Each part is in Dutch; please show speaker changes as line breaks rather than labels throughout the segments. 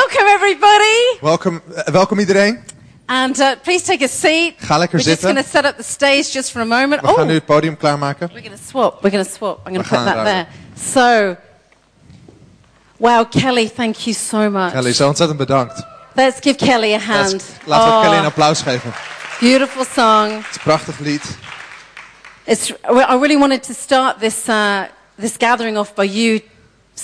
Welcome, everybody.
Welkom, eh, welkom iedereen.
And uh, please take a seat.
Ga lekker
We're just
zitten.
going to set up the stage just for a moment.
We gaan nu
we're
het podium klaarmaken.
going to swap. We're going to swap. I'm going
We
to put
gaan
that
ruilen.
there. So, wow, Kelly, thank you so much.
Kelly, zo ontzettend bedankt.
Let's give Kelly a
Let's-
hand.
laten we
Oh,
Kelly een applaus geven.
beautiful song.
Het is een prachtig lied.
It's, I really wanted to start this, uh, this gathering off by you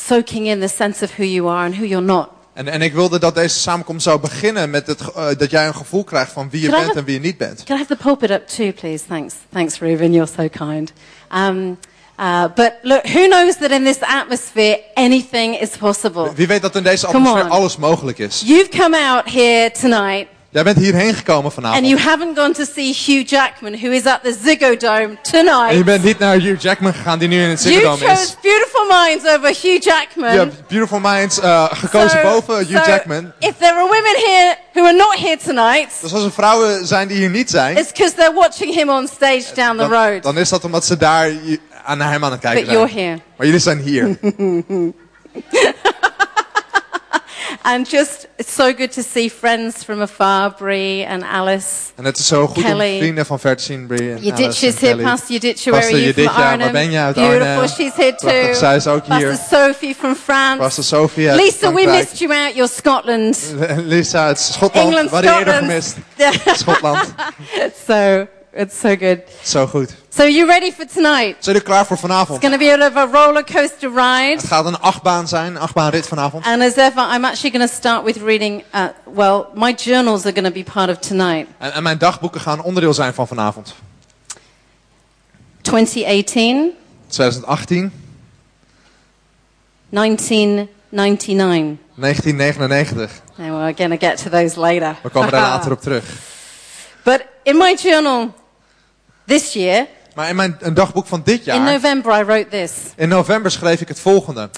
soaking in the sense of who you are and who you're not.
En, en ik wilde dat deze samenkomst zou beginnen met het, ge- eh, dat jij een gevoel krijgt van wie je
Can I
bent
have-
en wie je niet bent.
Can I have the pulpit up too, please? Thanks. Thanks, Reuben. You're so kind. Um, uh, but look, who knows that in this atmosphere anything is possible?
Wie weet dat in deze
Come
atmosfeer
on.
alles mogelijk is.
You've come out here tonight
Jij bent hierheen gekomen
and
vanavond.
you haven't gone to see Hugh Jackman, who is at the Ziggo Dome
En je
tonight.
bent niet naar Hugh Jackman gegaan die nu in het
You
Ziggo Dome
chose
is.
Beautiful Minds over Hugh Jackman.
Je hebt Beautiful Minds eh, gekozen
So-
boven Hugh
so
Jackman.
If there are women here who are not here tonight,
Dus als er vrouwen zijn die hier niet zijn,
it's because they're watching him on stage down the
dan,
road.
dan is dat omdat ze daar je- aan hem aan het kijken
But
zijn.
you're here.
Maar jullie zijn hier.
And just, it's so good to see friends from afar, Brie and Alice.
En het is zo goed
Kelly.
om vrienden van ver te zien, Brie en
Your
Alice
ditch is
en
here,
Kelly.
Pastor Yuditcha, where are
Pastor
you from
Yuditja, waar
Arnhem?
ben jij uit
Beautiful,
Arnhem?
she's here
Prachtig,
too.
zij is ook
Pastor
hier.
Sophie from France.
Pastor Sophie uit
Lisa, we
Frankrijk.
missed you out, you're Scotland.
Lisa uit Schotland,
England,
waar je eerder
Scotland.
gemist. Schotland.
so, it's so good.
Zo goed.
So, you ready for tonight?
Zijn jullie klaar voor
It's
vanavond?
going to be a bit of a roller coaster ride.
Het gaat een achtbaan zijn, een achtbaanrit vanavond.
And as ever, I'm actually going to start with reading, uh, well, my journals are going to be part of tonight.
En, en mijn dagboeken gaan onderdeel zijn van vanavond.
2018,
2018,
1999.
1999.
And we're going to get to those later.
We komen daar later op terug.
But in my journal this year,
Maar in mijn een dagboek van dit
in
jaar,
November, I wrote this.
in november schreef ik het volgende.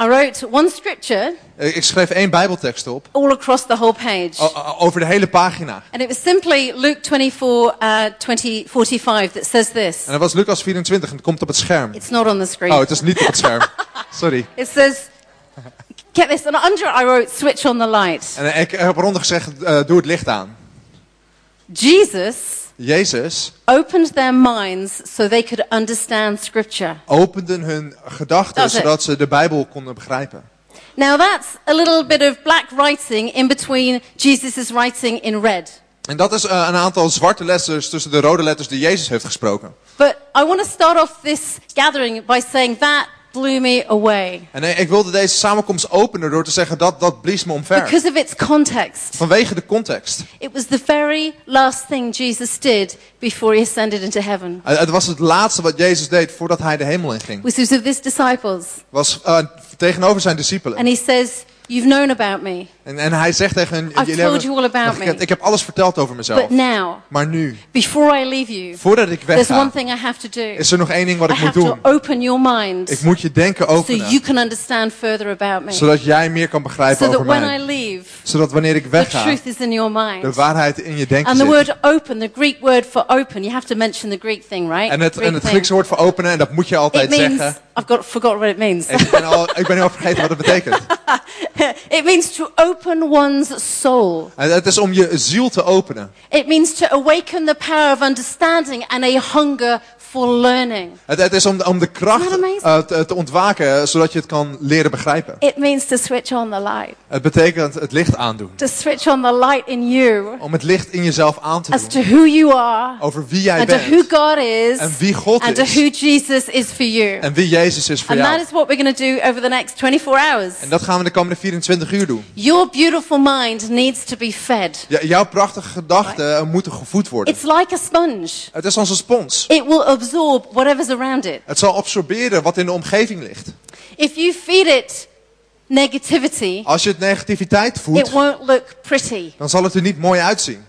I wrote one scripture
Eh, Ik schreef één bijbeltekst op,
all across the whole page.
o- o- over de hele pagina.
And it was simply Luke 24, uh, 20, 45 that says
En
this.
dat was Lucas 24 en het komt op het scherm.
It's not on the screen.
Oh, het is niet op het scherm. Sorry.
It says, get this, and under it I wrote, switch on the light.
En ik heb eronder gezegd, eh, doe het licht aan.
Jesus
Jezus
opened their minds so they could understand scripture.
openden hun gedachten
Dat is het.
zodat ze de Bijbel konden begrijpen.
Now that's a little bit of black writing in between Jesus' writing in red.
En dat is eh, een aantal zwarte letters tussen de rode letters die Jezus heeft gesproken.
But I want to start off this gathering by saying that blew me away
En eh, ik wilde deze samenkomst openen door te zeggen dat dat blies me omver.
because of its context.
Vanwege de context.
It was the very last thing Jesus did before he ascended into heaven.
Eh, Het was het laatste wat Jezus deed voordat hij de hemel inging.
Was was of his disciples,
Was eh, tegenover zijn discipelen.
and he says, "You've known about me,
En, en hij zegt tegen hen, jullie
told you all about
hebben- ik,
me.
ik heb alles verteld over mezelf.
but now,
Maar nu,
before I leave you,
voordat ik
there's one
wegga,
thing I have to do.
is er nog één ding wat
I
ik moet
have
doen.
to open your mind
Ik moet je denken
so you
openen,
can understand further about me, so
zodat jij meer kan begrijpen
that
over
when I
mij.
leave,
Zodat wanneer ik
the
wegga,
truth is in your
de
mind."
waarheid in je denken
And the
zit.
word open, the Greek word for open, you have to mention the Greek thing, right?
En het,
Greek
en het
thing.
Griekse woord voor openen, en dat moet je altijd
It means,
zeggen.
I've got, forgot what it means.
Ik ben, al, ik ben heel vergeten wat het betekent.
it means to open one's soul.
En het is om je ziel te openen.
It means to awaken the power of understanding and a hunger for learning.
Het, het is om, om de kracht
Isn't that
eh, te, te ontwaken, eh, zodat je het kan leren begrijpen.
It means to switch on the light,
Het betekent het licht aandoen.
to switch on the light in you
Om het licht in jezelf aan te
as
doen.
to who you are
Over wie jij
and to who
bent.
God is
En wie God
and to
is.
who Jesus is for you.
En wie Jezus is voor
And that
jou.
is what we're going to do over the next 24 hours.
En dat gaan we de komende 24 uur doen.
Your beautiful mind needs to be fed.
Ja, jouw prachtige gedachten eh, moeten gevoed worden.
It's like a sponge.
Het is als een spons.
It will absorb whatever's around it.
Het zal absorberen wat in de omgeving ligt.
If you feed it negativity,
Als je het negativiteit
it
voedt,
won't look pretty.
dan zal het er niet mooi uitzien.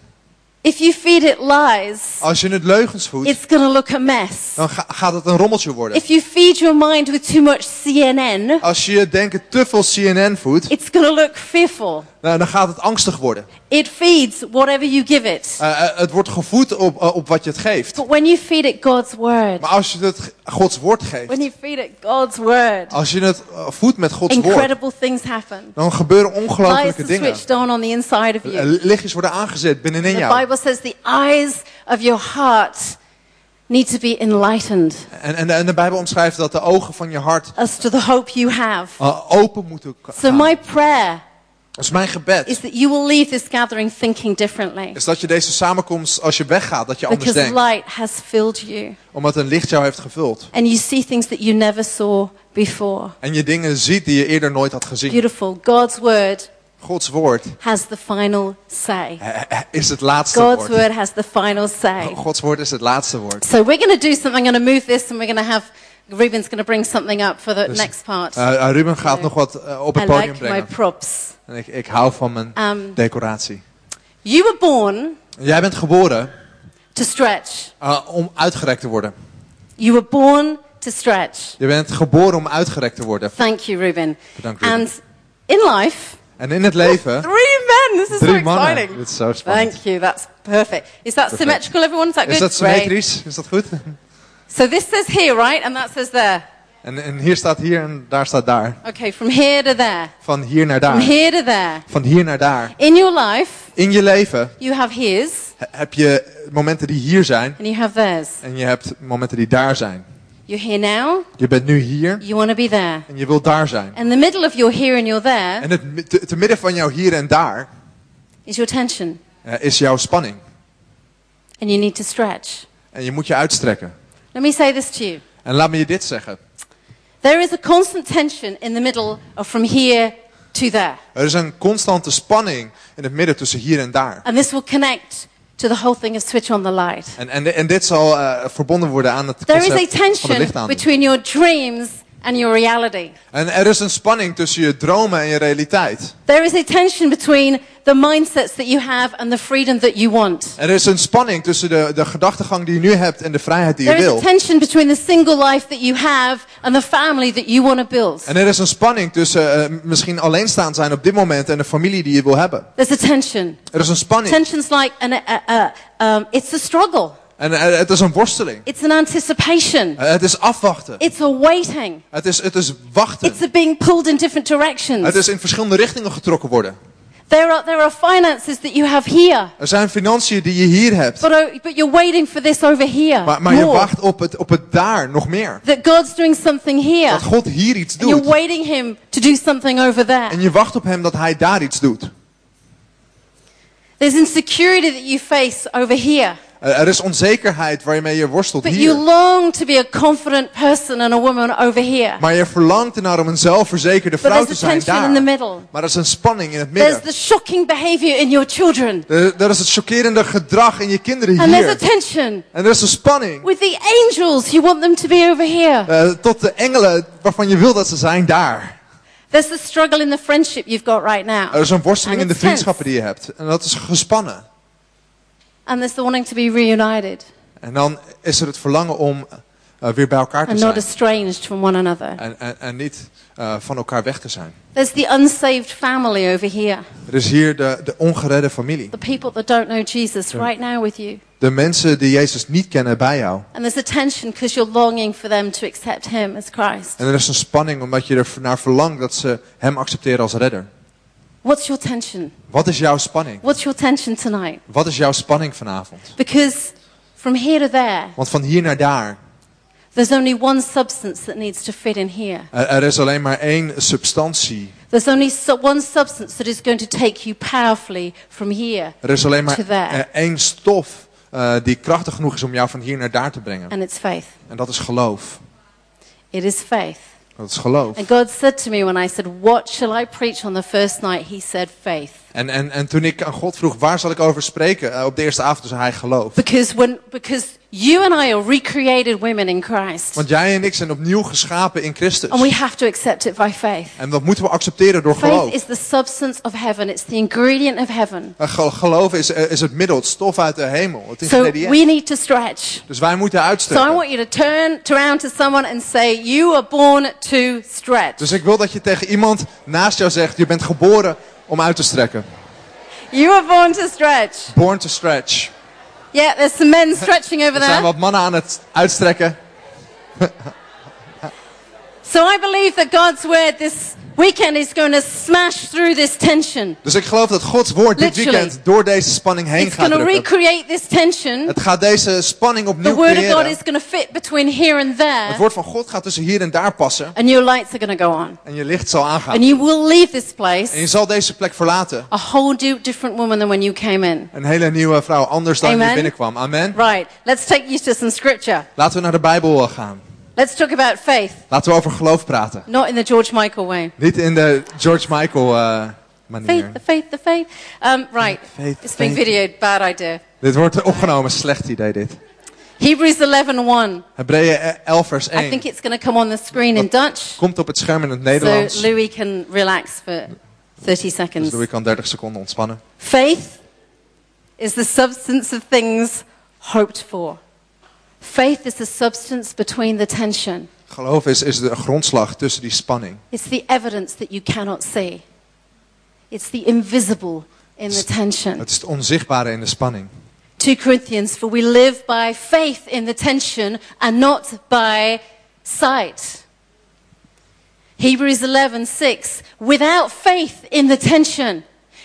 If you feed it lies,
Als je het leugens voedt,
it's going to look a mess.
dan ga- gaat het een rommeltje worden.
If you feed your mind with too much CNN,
Als je je denken te veel CNN voedt,
it's going to look fearful.
nou, dan gaat het angstig worden.
It feeds whatever you give it.
Eh, eh, het wordt gevoed op, eh, op wat je het geeft.
But when you feed it God's word,
Maar als je het ge- Gods woord
when
geeft,
you feed it God's word,
als je het eh, voedt met Gods woord,
incredible things happen.
dan gebeuren
Lights
ongelooflijke
are
dingen.
switched on on the inside
Eh,
of you.
Lichtjes worden aangezet binnenin
The
jou.
Bible says the eyes of your heart need to be enlightened
En, en, en de Bijbel omschrijft dat de ogen van je hart
as to the hope you have.
eh, open moeten k-
So
gaan.
my prayer
Dus mijn gebed
is that you will leave this gathering thinking differently
is dat je deze samenkomst, als je weggaat, dat je anders
because
denkt.
light has filled you
Omdat een licht jou heeft gevuld.
and you see things that you never saw before.
En je dingen ziet die je eerder nooit had gezien.
Beautiful. God's word
Gods woord
has the final say.
eh, eh, is het laatste
God's
woord.
word has the final say.
Gods woord is het laatste woord.
So we're going to do something. I'm going to move this, and we're going to have Ruben's going to bring something up for the
Dus,
next part.
eh, eh, Ruben gaat nog wat eh, op
I
het podium
like my
brengen.
props.
En ik, ik hou van mijn
Um,
decoratie.
You were born
Jij bent geboren
to stretch.
eh, om uitgerekt te worden.
You were born to stretch.
Je bent geboren om uitgerekt te worden.
Thank you, Ruben.
Bedankt, Ruben.
And in life,
En in het leven,
three men. This is so
drie mannen.
exciting.
Dit is zo spannend.
Thank you. That's perfect. Is that symmetrical, everyone? Is that good?
Is dat
Great.
symmetrisch? Is dat goed?
So this says here, right? And that says there.
En, en hier staat hier en daar staat daar.
Okay, from here to there.
Van hier naar
From
daar.
here to there.
Van hier naar daar.
In your life,
In je leven
you have his
he- heb je momenten die hier zijn
and you have theirs.
en je hebt momenten die daar zijn.
You're here now,
Je bent nu hier
you want to be there.
en je wilt daar zijn.
And the middle of your here and your there
En het, mi- te, te midden van jouw hier en daar
is your tension,
eh, is jouw spanning.
and you need to stretch.
En je moet je uitstrekken.
Let me say this to you.
En laat me je dit zeggen.
There is a constant tension in the middle of from here to there.
Er is een constante spanning in het midden tussen hier en daar.
And this will connect to the whole thing of switch on the light.
En, en, en dit zal eh, verbonden worden aan het
There is
concept
a
van het
tension
licht aan.
between your dreams and your reality.
En er is een spanning tussen je dromen en je realiteit.
There is a tension between the mindsets that you have and the freedom that you want.
Er is een spanning tussen de, de gedachtegang die je nu hebt en de vrijheid die je
There is a
wil.
tension between the single life that you have and the family that you want to build.
En er is een spanning tussen eh, misschien alleenstaan zijn op dit moment en de familie die je wil hebben.
There's a tension.
Er is een spanning.
Tension's like an, uh, uh, um, it's a struggle.
En eh, het is een worsteling.
It's an anticipation.
Eh, het is afwachten.
It's a waiting.
Het is, het is wachten.
It's a being pulled in different
Het
directions.
is in verschillende richtingen getrokken worden.
There are, there are finances that you have here,
Er zijn financiën die je hier hebt.
but, oh, but you're waiting for this over here.
Maar, maar je
more.
wacht op het, op het daar nog meer.
That God's doing something here.
Dat God hier iets
And you're
doet.
waiting Him to do something over there.
En je wacht op hem dat hij daar iets doet.
There's insecurity that you face over here,
Eh, Er is onzekerheid waarmee je worstelt
but you
hier.
long to be a confident person and a woman over here.
Maar je verlangt ernaar om een zelfverzekerde
But
vrouw te
there's a
zijn
tension in the
daar.
middle.
Maar er is een spanning in het
There's
midden.
the shocking behavior in your children,
Er, er is het chockerende gedrag in je kinderen
and there's a
hier.
tension
En er is een spanning
with the angels. You want them to be over here.
eh, tot de engelen waarvan je wil dat ze zijn daar.
There's the struggle in the friendship you've got right now.
Er is een worsteling in
And
de
it's tense.
vriendschappen die je hebt. En dat is gespannen.
And there's the wanting to be reunited
En dan is er het verlangen om eh, weer bij elkaar te
and not
zijn.
estranged from one another.
En, en, en niet eh, van elkaar weg te zijn.
There's the unsaved family over here,
Er is hier de, de ongeredde familie.
the people that don't know Jesus right now with you.
De mensen die Jezus niet kennen bij jou.
And there's a tension because you're longing for them to accept Him as Christ.
En er is een spanning omdat je er naar verlangt dat ze hem accepteren als redder.
What's your tension?
Wat is jouw spanning?
What's your tension tonight?
Wat is jouw spanning vanavond?
Because from here to there,
Want van hier naar daar,
there's only one substance that needs to fit in here.
Eh, er, er is alleen maar één substantie.
There's only su- one substance that is going to take you powerfully from here,
Er is alleen maar
To there.
eh, één stof eh, die krachtig genoeg is om jou van hier naar daar te brengen.
and it's faith.
En dat is geloof.
It is faith.
Dat is geloof.
And God said to me when I said, What shall I preach on the first night? He said, Faith.
En, en, en toen ik aan God vroeg, waar zal ik over spreken? Eh, op de eerste avond zei hij geloof.
Because, when, because You and I are recreated women in Christ.
Want jij en ik zijn opnieuw geschapen in Christus.
And we have to accept it by faith.
En dat moeten we accepteren door
Oh Faith
geloof.
is the substance of heaven, it's the ingredient of heaven.
Eh, ge- Geloof is, eh, is het middel, het stof uit de hemel, het
So
ingrediënt.
we need to stretch.
Dus wij moeten
So I
uitstrekken.
want you to turn to around to someone and say, You are born to stretch.
Dus ik wil dat je tegen iemand naast jou zegt, je bent geboren om uit te strekken.
You are born to stretch.
Born to stretch.
Yeah, there's some men stretching over
Er zijn
there.
wat mannen aan het uitstrekken.
So I believe that God's word this weekend is going to smash through this tension.
Dus ik geloof dat Gods woord dit
Literally.
weekend door deze spanning heen
It's
gaat
going to
drukken.
recreate this tension.
Het gaat deze spanning
The
opnieuw
word of God is
creëren.
going to fit between here and
Het
there,
woord van God gaat tussen hier en daar passen.
and your lights are going to go on.
En je licht zal aangaan.
And you will leave this
En je
place
zal deze plek verlaten.
a whole du- different woman than when you came in.
Een hele nieuwe vrouw, anders dan
Amen.
je binnenkwam. Amen.
Right, let's take you to some scripture.
Laten we naar de Bijbel eh, gaan.
Let's talk about faith,
Laten we over geloof praten.
not in the George Michael way.
Niet in de George Michael eh,
Faith,
manier.
the faith, the faith. Um, right,
Faith,
it's being
faith.
videoed, bad idea.
Dit wordt opgenomen, slecht idee dit.
Hebrews 11:1.
Hebreeën eh, 11 vers
I
1.
think it's going to come on the screen in Dutch,
Komt op het scherm in het
so
Nederlands.
Louis can relax for 30
Dus
seconds.
Louis kan 30 seconden ontspannen.
Faith is the substance of things hoped for. Faith is the substance between the tension.
Geloof is, is de grondslag tussen die spanning.
It's the evidence that you cannot see. It's the invisible in the tension.
Het is het onzichtbare in de spanning.
2 Corinthians, for we live by faith in the tension and not by sight. Hebrews 11:6 Without faith in the tension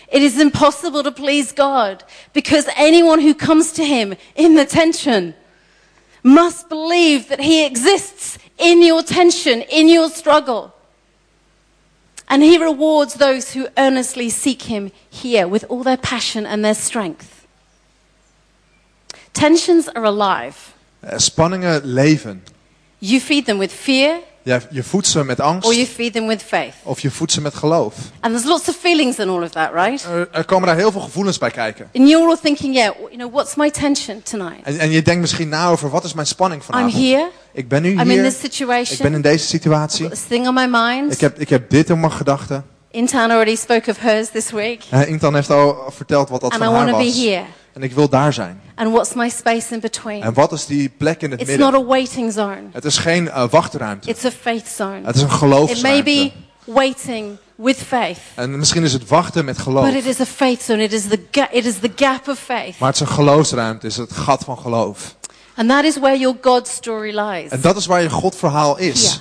it is impossible to please God because anyone who comes to him in the tension must believe that he exists in your tension in your struggle and he rewards those who earnestly seek him here with all their passion and their strength Tensions are alive
Eh, Spanningen leven.
you feed them with fear
Je, je voedt ze met angst
or you feed them with faith
of je voedt ze met geloof.
and there's lots of feelings in all of that right
Er, er komen daar heel veel gevoelens bij kijken.
And you're all thinking, yeah, w- you know, what's my tension tonight?
En, en je denkt misschien na over wat is mijn spanning
I'm
vanavond.
here.
Ik ben nu
I'm in
hier.
this
Ik ben in
situation.
deze situatie.
This thing on my mind.
Ik heb, ik heb dit in mijn gedachten.
Intan already spoke of hers this week.
Eh, Intan heeft al verteld wat dat
And I
van haar
want to be
was.
here.
En ik wil daar zijn.
And what's my space in between?
En wat is die plek in het
It's
midden?
not a waiting zone.
Het is geen eh, wachtruimte.
It's a faith zone.
het is een
It may
geloofsruimte.
be waiting with faith,
En misschien is het wachten met geloof.
but it is a faith zone. It is the ga- it is the gap of faith.
Maar het is een geloofsruimte. Het is het gat van geloof.
And that is where your God story lies.
En dat is waar je Godverhaal is.
Here.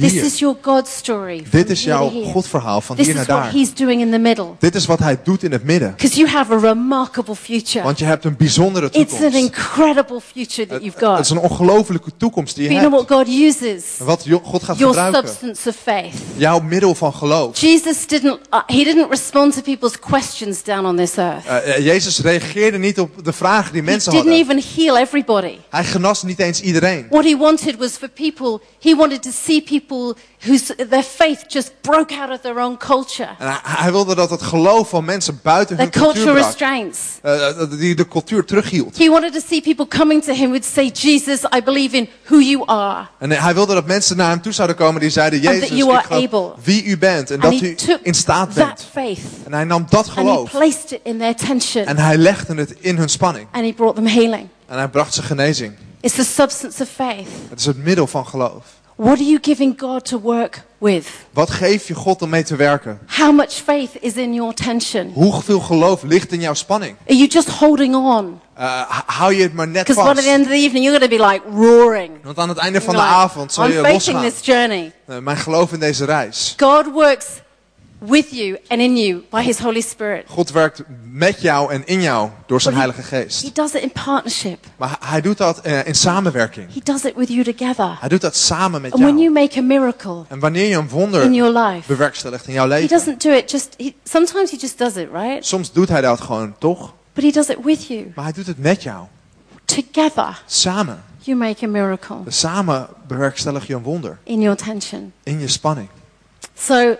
This
Hier.
is your God story.
Dit
from
is
here to
jouw
here.
Godverhaal van
This
hier naar
is what
daar.
he's doing in the middle.
Dit is wat hij doet in het midden.
Because you have a remarkable future.
Want je hebt een bijzondere
It's an
toekomst.
incredible future that you've
Het is
got.
een ongelofelijke toekomst die
But
je
you know
hebt.
what God uses?
Wat jo- God gaat
Your
gebruiken.
substance of faith.
Jouw middel van geloof.
Jesus didn't, uh, he didn't respond to people's questions down on this earth.
Eh, eh, Jezus reageerde niet op de vragen die
He
mensen
didn't
hadden.
even heal everybody.
Hij genas niet eens iedereen.
What he wanted was for people, he wanted to see people whose their faith just broke out of their own culture,
En hij, hij wilde dat het geloof van mensen buiten
their
hun cultuur
cultural
brak.
restraints.
Eh, eh, die de cultuur terughield.
He wanted to see people coming to him would say, Jesus, I believe in who you are.
En hij wilde dat mensen naar hem toe zouden komen die zeiden...
that
Jezus,
you
ik
are
geloof
able.
wie u bent en
And
dat
he
u
took
in staat
that
bent.
faith
En hij nam dat
and he
geloof
placed it in their tension.
en hij legde het in hun spanning.
and he brought them healing.
En hij bracht ze genezing.
It's the substance of faith.
Het is het middel van geloof.
What are you giving God to work with?
Wat geef je God om mee te werken?
How much faith is in your tension?
Hoeveel geloof ligt in jouw spanning?
Are you just holding on?
Eh, h- hou je het maar net
Because by
vast.
the end of the evening, you're going to be like roaring.
Want aan het einde van
You're
de
like,
avond zal
I'm
je
facing
losgaan.
this journey.
Eh, mijn geloof in deze reis.
God works with you and in you by His Holy Spirit.
God werkt met jou en in jou door zijn Heilige Geest.
He does it in partnership.
Maar h- hij doet dat eh, in samenwerking.
He does it with you together.
Hij doet dat samen met
And when you
jou.
make a miracle
En wanneer je een
in
wonder
your life,
bewerkstelligt in jouw
He
leven,
doesn't do it just. He, sometimes He just does it, right?
soms doet hij dat gewoon toch?
But He does it with you.
Maar hij doet het met jou.
Together,
Samen. Dus
you make a miracle.
Samen bewerkstellig je een wonder
in your tension.
in je spanning.
So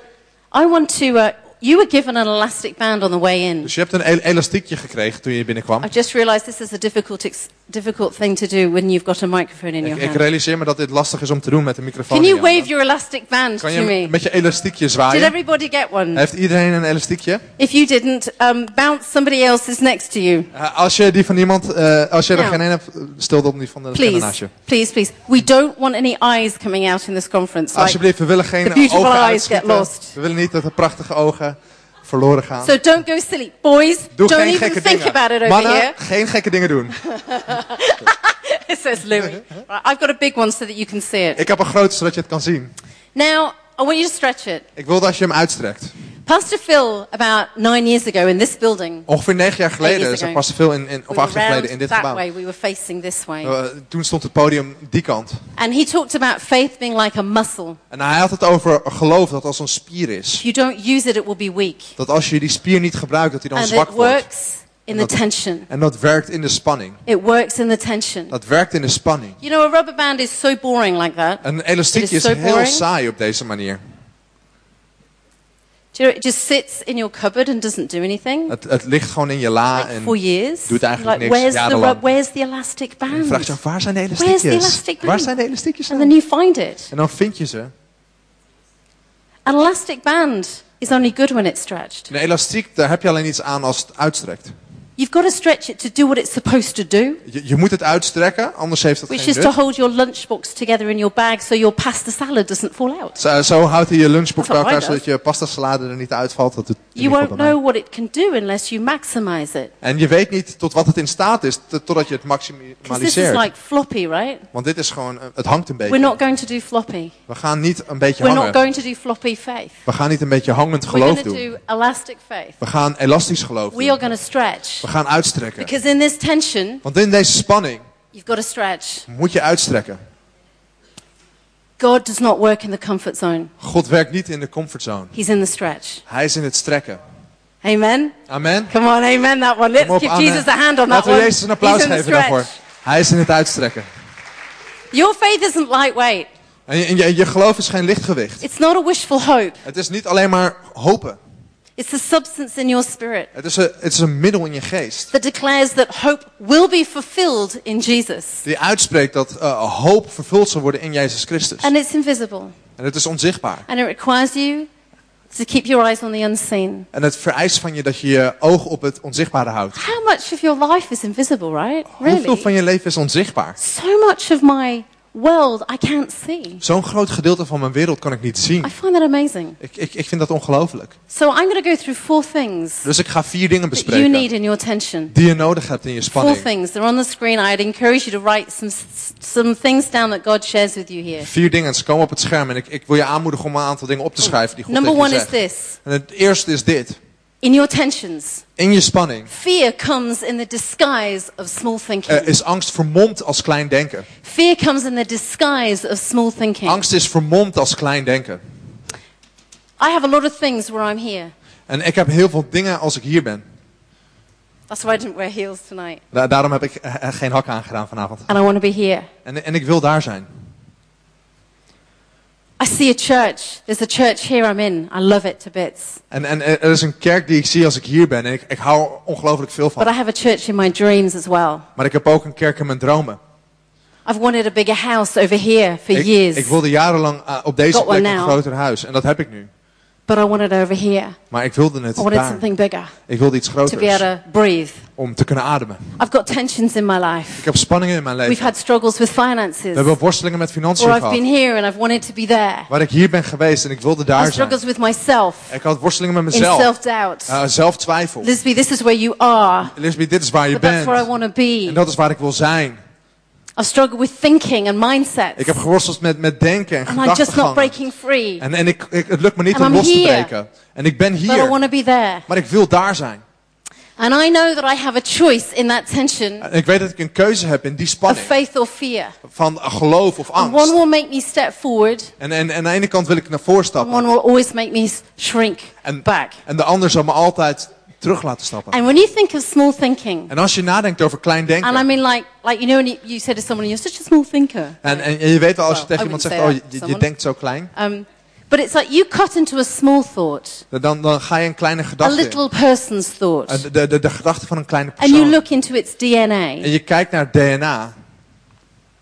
I want to uh, You were given an elastic band on the way in.
Dus je hebt een el- elastiekje gekregen toen je binnenkwam.
I just realized this is a difficult, ex- difficult thing to do when you've got a microphone in your
Ik, ik
hand.
realiseer me dat dit lastig is om te doen met een microfoon.
Can
in
you
je handen.
wave your elastic band
kan
to me? Eh?
je met je elastiekje
Did
zwaaien?
everybody get one?
Heeft iedereen een elastiekje?
If you didn't, um, bounce somebody else's next to you.
Eh, als je die van iemand, eh, als je er
Ja.
geen een hebt, stel dan die van degene naast
Nou. Please,
je.
please, please. We don't want any eyes coming out in this conference. like-
Alsjeblieft, we willen geen
the beautiful
ogen
eyes
uitschieten.
get lost.
We willen niet dat de prachtige ogen verloren gaan.
so don't go silly. Boys,
Doe
don't
geen
even
gekke
think
dingen.
about it over
Mannen,
here.
geen gekke dingen doen.
It says Louis. Right, I've got a big one so that you can see it.
Ik heb een groot zodat je het kan zien.
Now, I want you to stretch it.
Ik wil dat je hem uitstrekt.
Pastor Phil, about nine years ago in this building,
Ongeveer negen jaar
Eight
geleden,
years
zeg
ago.
pas veel in, in,
we
of
were
acht jaar
round
geleden in dit
that
gebouw.
way, we were facing this way.
Eh, toen stond het podium die kant.
And he talked about faith being like a muscle.
En hij had het over geloof dat als een spier
If
is.
you don't use it, it will be weak.
Dat als je die spier niet gebruikt, dat hij dan
And
zwak
it
wordt.
works in the
And that-
tension.
En dat werkt in de spanning.
It works in the tension.
Dat werkt in de spanning.
You know, a rubber band is so boring like that.
Een elastiekje is
so
heel
boring.
saai op deze manier.
Do you know, it just sits in your cupboard and doesn't do anything.
Het, het ligt gewoon in je la
Like
en
for years.
doet eigenlijk
like,
niks,
where's the,
jarenlang.
rub- where's the elastic
je
band?
vraagt je af, waar zijn de
the
elastiekjes?
elastic band?
Waar zijn de elastiekjes
And
dan?
then you find it.
En dan vind je ze.
An elastic band is only good when it's stretched.
Een elastiek, daar heb je alleen iets aan als het uitstrekt.
You've got to stretch it to do what it's supposed to do,
Je, je moet het uitstrekken, anders heeft het
which
geen
is to
nut.
hold your lunchbox together in your bag so your pasta salad doesn't fall out.
Zo, zo houdt hij je lunchbox
That's
bij
what
elkaar,
I does.
zodat je pasta salade er niet uitvalt. Dat doet in
You
ieder geval
won't
bij mij.
know what it can do unless you maximize it.
En je weet niet tot wat het in staat is, t- totdat je het
Because this is
maximaliseert.
like floppy, right?
Want dit is gewoon, eh, het hangt een
We're
beetje.
not going to do floppy.
We gaan niet een beetje
We're not
hangen.
going to do floppy faith.
We gaan niet een beetje hangend
We're
geloof
going to
doen.
do elastic faith.
We gaan elastisch geloof
We are
doen.
going to stretch.
We gaan uitstrekken.
Because in this tension,
Want in deze spanning
you've got to stretch.
moet je uitstrekken.
God does not work in the comfort zone,
God werkt niet in de comfortzone.
He's in the stretch.
Hij is in het strekken.
Amen?
Amen.
Come on, amen, that one. Let's
Kom op,
give
Anne.
Jesus a hand on that
Laten we
one.
Jezus een applaus
He's in the
geven daarvoor.
stretch.
Hij is in het uitstrekken.
Your faith isn't lightweight,
En je, en je, je geloof is geen lichtgewicht.
it's not a wishful hope,
Het is niet alleen maar hopen.
it's the substance in your spirit.
Het is een, het is een middel in je geest.
that declares that hope will be fulfilled in Jesus.
Die uitspreekt dat eh, hoop vervuld zal worden in Jezus Christus.
And it's invisible.
En het is onzichtbaar.
And it requires you to keep your eyes on the unseen.
En het vereist van je dat je je oog op het onzichtbare houdt.
How much of your life is invisible, right?
Hoeveel van
Really?
je leven is onzichtbaar?
So much of my world I can't see.
Zo'n groot gedeelte van mijn wereld kan ik niet zien.
I find that amazing.
Ik, ik, ik vind dat ongelooflijk.
So I'm going to go through four things
Dus ik ga vier dingen
that you
bespreken
need in your tension.
die je nodig hebt in je
Four
spanning.
things. They're on the screen. I'd encourage you to write some, some things down that God shares with you here.
Vier dingen, en ze komen op het scherm. En ik, ik wil je aanmoedigen om een aantal dingen op te schrijven die God
Number
tegen je
one is
zegt.
this.
En het eerste is dit.
In your tensions,
In je spanning
fear comes in the disguise of small thinking.
eh, is angst vermomd als klein denken.
Fear comes in the disguise of small thinking.
Angst is vermomd als klein denken.
I have a lot of things where I'm here.
En ik heb heel veel dingen als ik hier ben.
That's why I didn't wear heels tonight.
Da- daarom heb ik eh, eh, geen hak aangedaan vanavond.
And I want to be here.
En, en ik wil daar zijn.
I see a church. There's a church here I'm in. I love it to bits.
En, en er is een kerk die ik zie als ik hier ben. En ik, ik hou er ongelooflijk veel
But
van.
I have a church in my dreams as well.
Maar ik heb ook een kerk in mijn dromen.
I've wanted a bigger house over here for
Ik,
years.
ik wilde jarenlang eh, op deze
Got one
plek een
now.
groter huis. En dat heb ik nu.
But I wanted over here.
Maar ik wilde het
I wanted
daar.
something bigger
Ik wilde iets
to be able
groters.
to breathe.
Om te kunnen ademen.
I've got tensions in my
Ik
life.
heb spanningen in mijn
We've
leven.
had struggles with
We
finances.
hebben worstelingen met
Or
financiën
I've been
gehad.
here and I've wanted to be there.
Waar ik hier ben geweest en ik wilde
I
daar zijn.
struggles with myself
Ik had worstelingen met
in
mezelf.
self doubt.
Eh, zelftwijfel.
Lisby, this is where you are.
Lisbeth, dit is waar je
But that's where I
bent.
want to
En
be.
dat is waar ik wil zijn.
I've struggled with thinking and
Ik heb
mindsets.
geworsteld met, met denken en
And I'm just not
gedachtegang.
breaking free.
En, en ik, ik, het lukt me niet
And
om
I'm
los te
here.
breken. En ik ben
But I want
hier.
to be there.
Maar ik wil daar zijn.
And I know that I have a choice in that tension
En ik weet dat ik een keuze heb in die
of
spanning.
faith or fear.
Van geloof of
And one
angst.
will make me step forward,
En, en, en aan de ene kant wil ik naar voren
and one
stappen.
will always make me s- shrink
En,
back.
en de ander zal me altijd terug laten stappen.
And when you think of small thinking,
En als je nadenkt over klein
and I
denken.
mean like, like you know when you, you say to someone, you're such a small thinker.
En, en je weet wel als je
Well,
tegen
I
iemand
wouldn't
zegt,
say
oh
that
je,
to
je- je
someone.
denkt zo klein.
Um, But it's like you cut into a small thought,
Dan, dan ga je een kleine
a
gedachte in.
little person's thought,
Eh, De, de, de gedachte van een kleine
and you
persoon.
look into its
En
DNA.
je kijkt naar het DNA.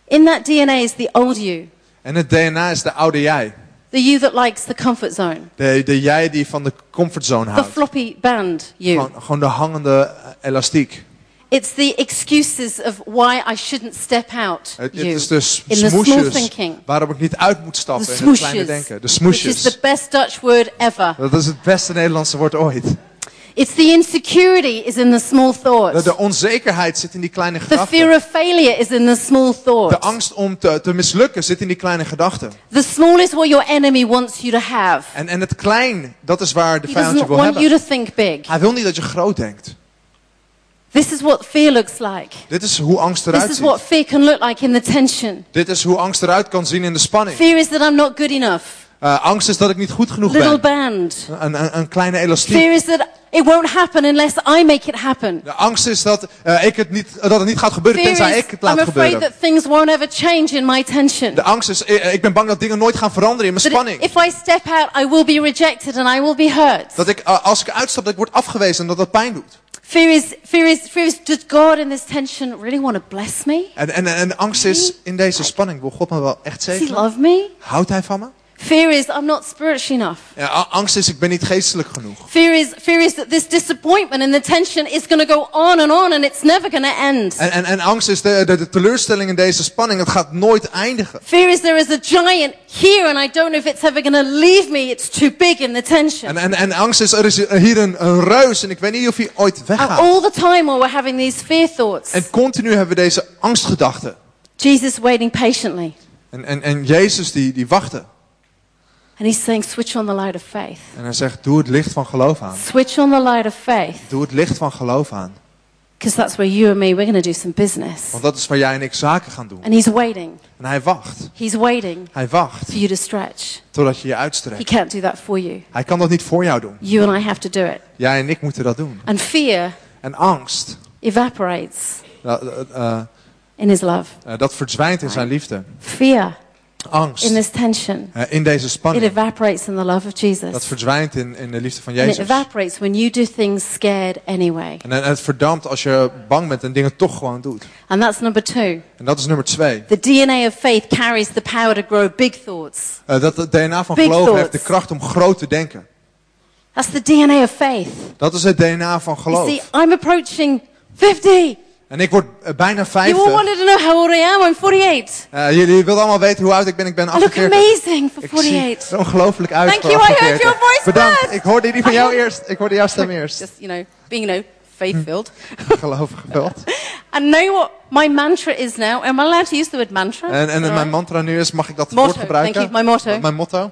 In that DNA is the old you,
En het DNA is de oude jij.
the you that likes the comfort zone,
De, de jij die van de comfortzone
the
houdt.
floppy band you.
Gewoon, gewoon de hangende eh, elastiek.
It's the excuses of why I shouldn't step out
Het, het
you,
is de s-
in the small
smoesjes
thinking,
waarom ik niet uit moet
the
stappen in het kleine denken. De
smooshes, which is the
smoesjes.
best Dutch word ever.
Dat is het beste Nederlandse woord ooit.
It's the insecurity is in the small
De,
thoughts.
de onzekerheid zit in die kleine
The fear
gedachten.
of failure is in the small
De
thoughts.
angst om te, te mislukken zit in die kleine gedachten.
The small is what your enemy wants you to have.
En, en het klein, dat is waar de
He
vijand je
doesn't
wil
want you
hebben.
to think big.
Hij wil niet dat je groot denkt.
This is what fear looks like.
Dit is hoe angst
This
eruit
is what
ziet.
fear can look like in the tension.
Dit is hoe angst eruit kan zien in de spanning.
Fear is that I'm not good enough.
Eh, angst is dat ik niet goed genoeg
Little
ben.
band.
Een, een, een kleine elastiek.
Fear is that it won't happen unless I make it happen.
De angst is dat, eh, ik het niet, dat het niet gaat gebeuren
Fear
tenzij
is
ik het
I'm
laat
afraid
gebeuren.
that things won't ever change in my tension.
De angst is, eh, ik ben bang dat dingen nooit gaan veranderen in mijn
That
spanning.
if I step out, I will be rejected and I will be hurt.
Dat ik, eh, als ik uitstap, dat ik word afgewezen en dat dat pijn doet.
Fear is, fear is, fear is, does God in this tension really want to bless me?
En, en, en angst is, in deze spanning, wil God me wel echt
Does he
zegenen?
love me?
Houdt hij van me?
Fear is, I'm not spiritual enough.
Ja, a- angst is, ik ben niet geestelijk genoeg.
Fear is, fear is that this disappointment and the tension is going to go on and on and it's never going to end.
En, en, en angst is de, de, de teleurstelling in deze spanning, het gaat nooit eindigen.
Fear is there is a giant here and I don't know if it's ever going to leave me. It's too big in the
En,
tension.
en, en angst is, er is hier een, een reus en ik weet niet of hij ooit
And
weggaat.
Uh, all the time while we're having these fear thoughts,
En continu hebben we deze angstgedachten.
Jesus waiting patiently
En, en, en Jezus die, die wachtte.
and he's saying, switch on the light of faith.
En hij zegt, doe het licht van geloof aan.
Switch on the light of faith
Doe het licht van geloof aan.
because that's where you and me, we're going to do some business.
Want dat is waar jij en ik zaken gaan doen.
And he's waiting.
En hij wacht.
He's waiting
Hij wacht
for you to stretch.
totdat je je
He
uitstrekt.
can't do that for you.
Hij kan dat niet voor jou doen.
You and I have to do it.
Jij en ik moeten dat doen.
And fear
En angst,
evaporates
nou, eh, eh,
in his love.
eh, dat verdwijnt in zijn liefde.
Fear
Angst
in this tension,
eh, in deze
it
spanning,
evaporates in the love of
dat
Jesus.
verdwijnt in, in de liefde van
And it
Jezus.
evaporates when you do things scared anyway.
En en het verdampt als je bang bent en dingen toch gewoon doet.
And that's number two.
En dat is nummer twee.
The DNA of faith carries the power to grow big thoughts.
Eh, dat het DNA van
Big
geloof heeft de
thoughts.
kracht om groot te denken.
That's the DNA of faith.
Dat is het DNA van
You see,
geloof.
I'm approaching 50.
En ik word eh, bijna
You all
50.
wanted to know how old I am. I'm 48.
Eh, jullie wilden allemaal weten hoe oud ik ben. Ik ben
I look
48.
amazing for
Ik zie
48.
er ongelooflijk uit.
Thank
voor
you, I heard
48.
your voice
Bedankt.
first.
Ik hoorde die van
I
jou
heard-
eerst. Ik hoorde jouw stem eerst.
Just, you know, being, you know, faith filled.
Gelovig gevuld.
And know what my mantra is now? Am I allowed to use the word mantra?
En, en
All
mijn
right.
mantra nu is, mag ik dat
Motto,
woord gebruiken?
thank you, my motto.
Mijn motto?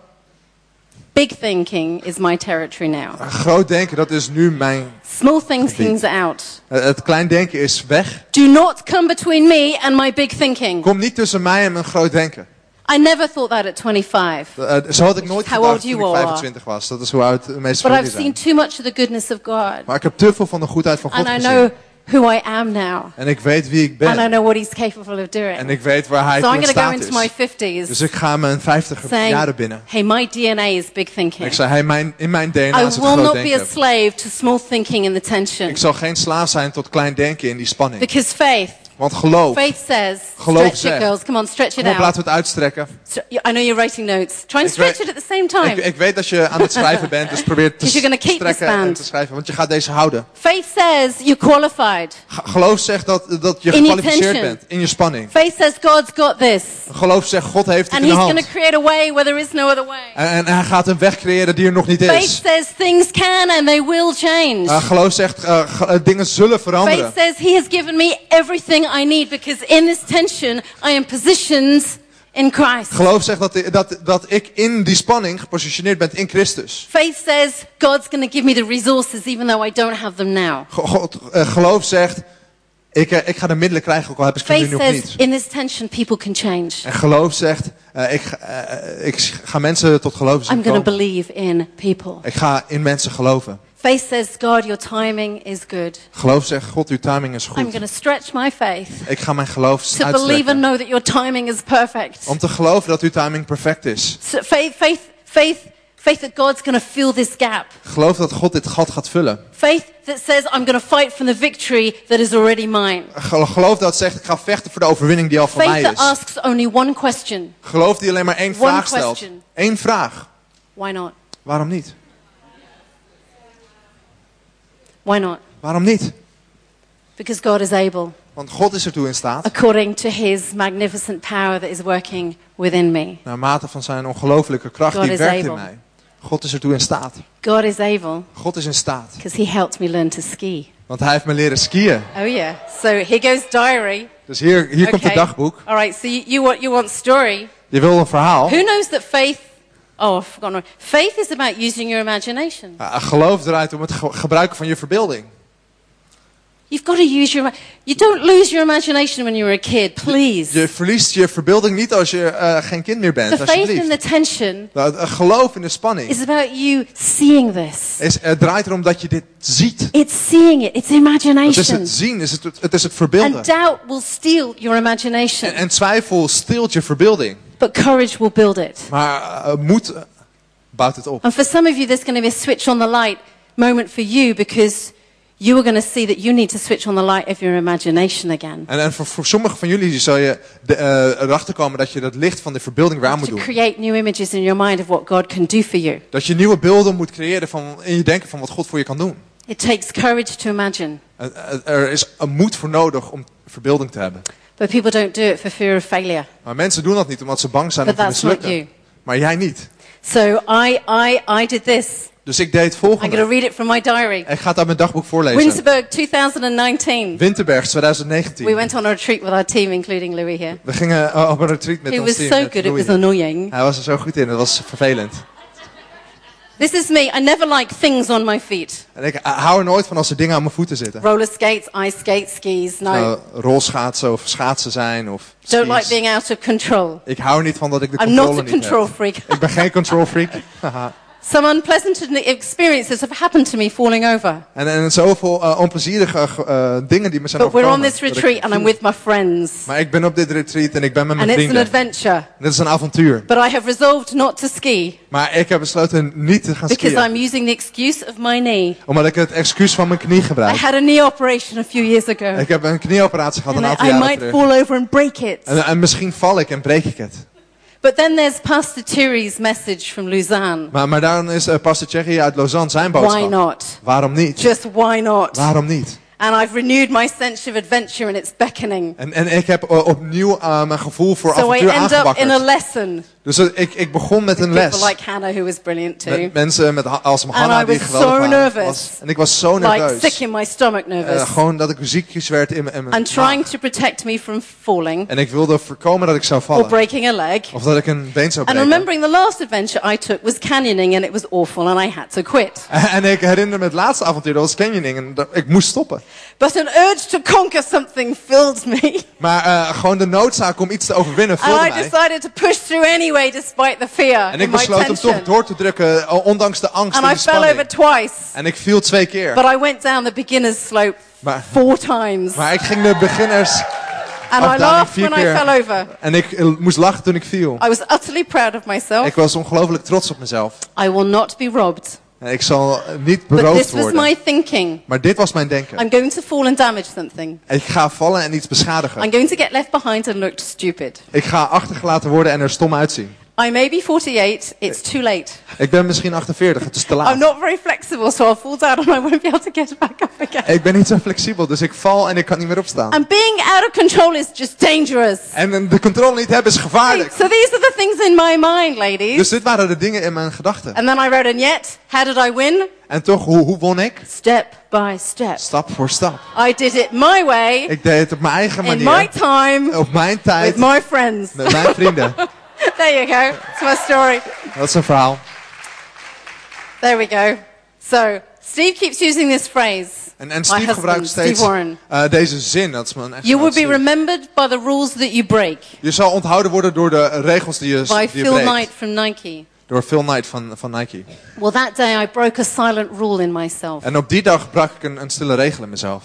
Big thinking is my territory now.
Groot denken, dat is nu mijn...
Small thinking's out.
eh, Het klein denken is weg.
Do not come between me and my big thinking.
Kom niet tussen mij en mijn groot denken.
I never thought that at 25.
Eh, zo had ik nooit
How old
gedacht toen
you
ik
all
25 was. Dat is hoe oud de meeste van
But
jullie
I've seen
zijn.
too much of the goodness of God.
Maar ik heb te veel van de goedheid van God
And I
gezien.
know who I am now.
En ik weet wie ik
And I
ben.
know what He's capable
En
of doing.
ik weet waar hij
So
voor
I'm
in
going to go
staat
into my
is. Dus
50s
ik ga mijn 50 jaren
saying,
binnen.
hey, my DNA is big
En
thinking.
ik zei, hey, mijn, in mijn
I
DNA zit
will
groot
not be a
denken.
slave to small thinking and the tension.
Ik zal geen slaaf zijn tot klein denken in die spanning.
Because faith,
Want geloof,
faith says,
Geloof
stretch it,
zegt.
girls. Come on, stretch it
kom op,
out.
laten we het uitstrekken.
Stre- you- I know you're writing notes. Try and
Ik
stretch
weet-
it at the same
Ik,
time.
ik weet dat je aan het schrijven bent, dus probeer te
'Cause you're gonna keep this
strekken en
band.
te schrijven. Want je gaat deze houden.
Faith says you're qualified.
Ge- Geloof zegt dat, dat je
In your
gekwalificeerd
tension.
bent in je spanning.
Faith says God's got this,
Geloof zegt, God heeft het
and
in de
He's going to
hand.
create a way where there is no other way.
En, en hij gaat een weg creëren die er nog niet
Faith
is.
says things can and they will change.
Eh, geloof zegt, eh, ge- eh, dingen zullen veranderen.
Faith says He has given me everything I need because in this tension I am positioned in Christ.
Geloof zegt dat, dat, dat ik in die spanning gepositioneerd ben in Christus.
Faith says God's going to give me the resources even though I don't have them now.
Ge- God, eh, geloof zegt, ik, eh, ik ga de middelen krijgen, ook al heb ik ze nu
Faith
nog niet.
says in this tension people can change.
En geloof zegt, eh, ik, ga- eh, ik ga mensen tot geloof
I'm
zien
going to
komen.
believe in people.
Ik ga in mensen geloven.
Faith says, God, your timing is good.
Geloof zegt, God, uw timing is
I'm
goed.
going to stretch my faith
Ik ga mijn geloof
to believe and
uitstrekken. Oh.
know that your timing is perfect.
Om te geloven dat uw timing perfect is.
So faith, faith, Faith, faith that God's going to fill this gap.
Geloof dat God dit gat gaat vullen.
Faith that says, I'm going to fight from the victory that is already mine.
Gel- Geloof dat zegt, ik ga vechten voor de overwinning die al van
Faith
mij
that
is.
asks only one question
Geloof die alleen maar één
One
vraag stelt.
question.
Eén vraag.
why not?
Waarom niet?
Why not?
Waarom niet?
Because God is able,
Want God is ertoe in staat,
according to his magnificent power that is working within me.
naarmate van zijn ongelofelijke kracht
God
die
is
werkt in
able.
mij. God is ertoe in staat.
God is able
God is in staat.
because he helped me learn to ski.
Want hij heeft me leren skiën.
Oh, yeah. So here goes diary.
Dus hier, hier komt het
Okay.
dagboek.
All right, so you, you, want, you want story.
Je wil een verhaal.
Who knows that faith. Oh, I've forgotten. Faith is about using your imagination.
Ja, geloof draait om het ge- gebruiken van je verbeelding.
You've got to use your. You don't lose your imagination when you were a kid, please.
Je verliest je verbeelding niet als je eh, geen kind meer bent,
The faith
alsjeblieft.
and the tension
Nou, het- het geloof in de spanning
is about you seeing this.
is, het draait erom dat je dit ziet.
It's seeing it, it's
Het is
imagination.
het zien, is het, het is het
And
verbeelden.
doubt will steal your
En,
imagination,
en twijfel steelt je verbeelding.
but courage will build it.
Maar eh, moed eh, bouwt het op.
And for some of you, there's going to be a switch on the light moment for you because you are going to see that you need to switch on the light of your imagination again.
En, en voor, voor sommigen van jullie zal je de, eh, erachter komen dat je dat licht van de verbeelding weer aan moet
to
doen.
create new images in your mind of what God can do for you.
Dat je nieuwe beelden moet creëren van, in je denken van wat God voor je kan doen.
It takes courage to imagine,
Eh, eh, Er is een moed voor nodig om verbeelding te hebben.
but people don't do it for fear of failure.
Maar mensen doen dat niet omdat ze bang zijn
But
om te
that's not
mislukken. Maar jij niet.
So I, I, I did this.
Dus ik deed het
I'm going to
volgende.
read it from my diary.
Ik ga het uit mijn dagboek voorlezen.
Winterberg 2019.
Winterberg
We
2019.
went on a retreat with our team, including Louis here.
We gingen eh, op een retreat met
He
ons
was
team.
so
met
good, it was
Louis.
annoying.
Hij was er zo goed in, dat was vervelend.
This is me. I never like things on my feet.
En ik eh, hou er nooit van als er dingen aan mijn voeten zitten.
Roller skates, ice skates, skis. No.
Nou, rolschaatsen of schaatsen zijn of
Don't
Uh, skis.
like being out of control.
Ik hou er niet van dat ik de
I'm
controle
not a
niet
control
heb.
freak.
Ik ben geen control freak. Haha.
Some unpleasant experiences have happened to me falling over.
en, en zoveel eh, onplezierige eh, dingen die me zijn
But we're on
overkomen.
this
dat ik-
retreat and I'm with my friends.
Maar ik ben op dit retreat en ik ben met
And
mijn
it's an
vrienden.
adventure.
Dit is een avontuur.
But I have resolved not to ski
Maar ik heb besloten niet te gaan
because
skiën.
I'm using the excuse of my knee.
Omdat ik het excuus van mijn knie
I
gebruik.
had a knee operation a few years ago.
Ik heb een knieoperatie gehad
And
een
I,
aantal
I
jaren
might
terug.
fall over and break it.
En, en misschien val ik en breek ik het.
But then there's Pastor Thierry's message from Lausanne.
Maar, maar daarom is eh, Pastor Thierry uit Lausanne zijn boodschap.
Why not?
Waarom niet?
Just why not?
Waarom niet?
And I've renewed my sense of adventure and it's beckoning.
En, en ik heb eh, opnieuw eh, mijn gevoel voor
So I
avontuur
end up in a
aangebakken.
lesson.
Dus eh, ik, ik begon met een
People
les.
like Hannah, who was brilliant too.
Met mensen met, ha- als
And
Hannah
I
die
was
geweldig
so
waren.
nervous.
Was, en ik was zo
Like
nerveus.
sick in my stomach
Eh,
nervous.
gewoon dat ik ziekjes werd in mijn in mijn
And trying
maag.
to protect me from falling
En ik wilde voorkomen dat ik zou
or
vallen.
breaking a leg.
Of dat ik een been zou
And
breken.
remembering the last adventure I took was canyoning and it was awful and I had to quit.
En ik herinner me het laatste avontuur, dat was canyoning. En dat- ik moest stoppen.
But an urge to conquer something filled me.
Maar eh, gewoon de noodzaak om iets te overwinnen
And
vulde
I
mij.
decided to push through anyway despite the fear
En
and
ik
my
besloot om toch
tension.
door te drukken, eh, ondanks de angst
And
en
I
de
fell over
spanning.
twice.
En ik viel twee keer.
But I went down the beginner's slope
Maar-
four times.
Maar ik ging de beginners
And I
afdaling
laughed
vier
when I fell
keer.
over.
En ik eh, moest lachen toen ik viel.
I was utterly proud of myself.
Ik was ongelooflijk trots op mezelf.
I will not be robbed.
En ik zal eh, niet
But this
beroofd
was
worden.
my thinking.
Maar dit was mijn denken.
I'm going to fall and damage something.
Ik ga vallen en iets
I'm
beschadigen.
going to get left behind and look stupid.
Ik ga achtergelaten worden en er stom uitzien.
I may be 48. It's too late.
Ik ben misschien 48, het is te
I'm
laat.
not very flexible, so I'll fall down and I won't be able to get back up again.
Ik ben niet zo flexibel, dus ik val en ik kan niet meer opstaan.
And being out of control is just dangerous.
En eh, de controle niet hebben is gevaarlijk.
So these are the things in my mind, ladies.
Dus dit waren de dingen in mijn gedachten.
And then I wrote, and yet, how did I win?
En toch, hoe, hoe won ik?
Step by step.
Stap voor stap.
I did it my way,
Ik deed het op mijn eigen
in my
manier.
time,
Op mijn tijd.
with my friends.
Met mijn vrienden.
there you go. It's my story.
Dat is een verhaal.
There we go. So Steve keeps using this phrase.
En, en
my
Steve
husband,
gebruikt steeds
Steve Warren.
eh, deze zin. Dat is mijn echtgenoot
You will be
Steve.
remembered by the rules that you break.
Je zal onthouden worden door de regels die je,
By
die je
Phil Knight
breekt.
from Nike.
Door Phil Knight van, van Nike.
Well, that day I broke a silent rule in myself.
Uh. En op die dag brak ik een, een stille regel in mezelf.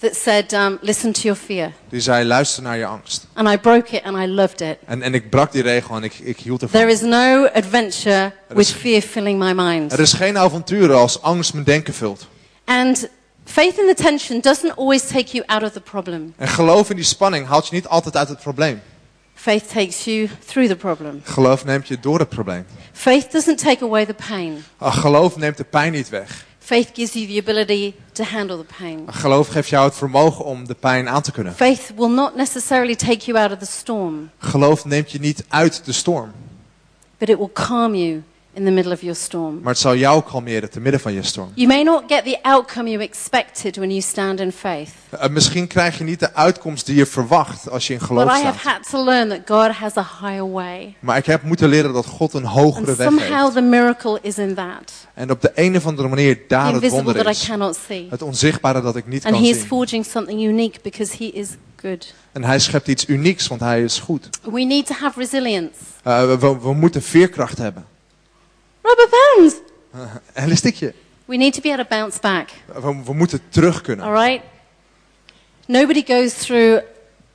that said, um, Listen to your fear.
Die zei, luister naar je angst.
And I broke it and I loved it.
En, en ik brak die regel en ik, ik hield ervan.
There is no adventure with fear filling my
Er
mind.
is geen avontuur als angst mijn denken vult.
And faith in the tension doesn't always take you out of the problem,
En geloof in die spanning haalt je niet altijd uit het probleem.
faith takes you through the problem.
Geloof neemt je door het probleem.
Faith doesn't take away the pain,
Ah, Geloof neemt de pijn niet weg. Ah,
faith gives you the ability to handle the pain.
Geloof geeft jou het vermogen om de pijn aan te kunnen.
Faith will not necessarily take you out of the storm,
Geloof neemt je niet uit de storm.
but it will calm you in the middle of your storm.
Maar het zal jou kalmeren te midden van je storm.
You may not get the outcome you expected when you stand in faith,
Eh, Misschien krijg je niet de uitkomst die je verwacht als je in
but
geloof
I have
staat.
had to learn that God has a higher way.
Maar ik heb moeten leren dat God een
And
hogere weg
somehow
heeft.
the miracle is in that.
En op de een of andere manier
The
daar het
invisible
wonder
that I
is.
cannot see.
Het onzichtbare dat ik niet
And
kan
he is
zien.
forging something unique because he is good.
En hij schept iets unieks, want hij is goed.
We need to have resilience.
Eh, we- we, we moeten veerkracht hebben.
Rubber bands!
Elastiekje.
We need to be able to bounce back.
We, we moeten terug
All
kunnen.
right? Nobody goes through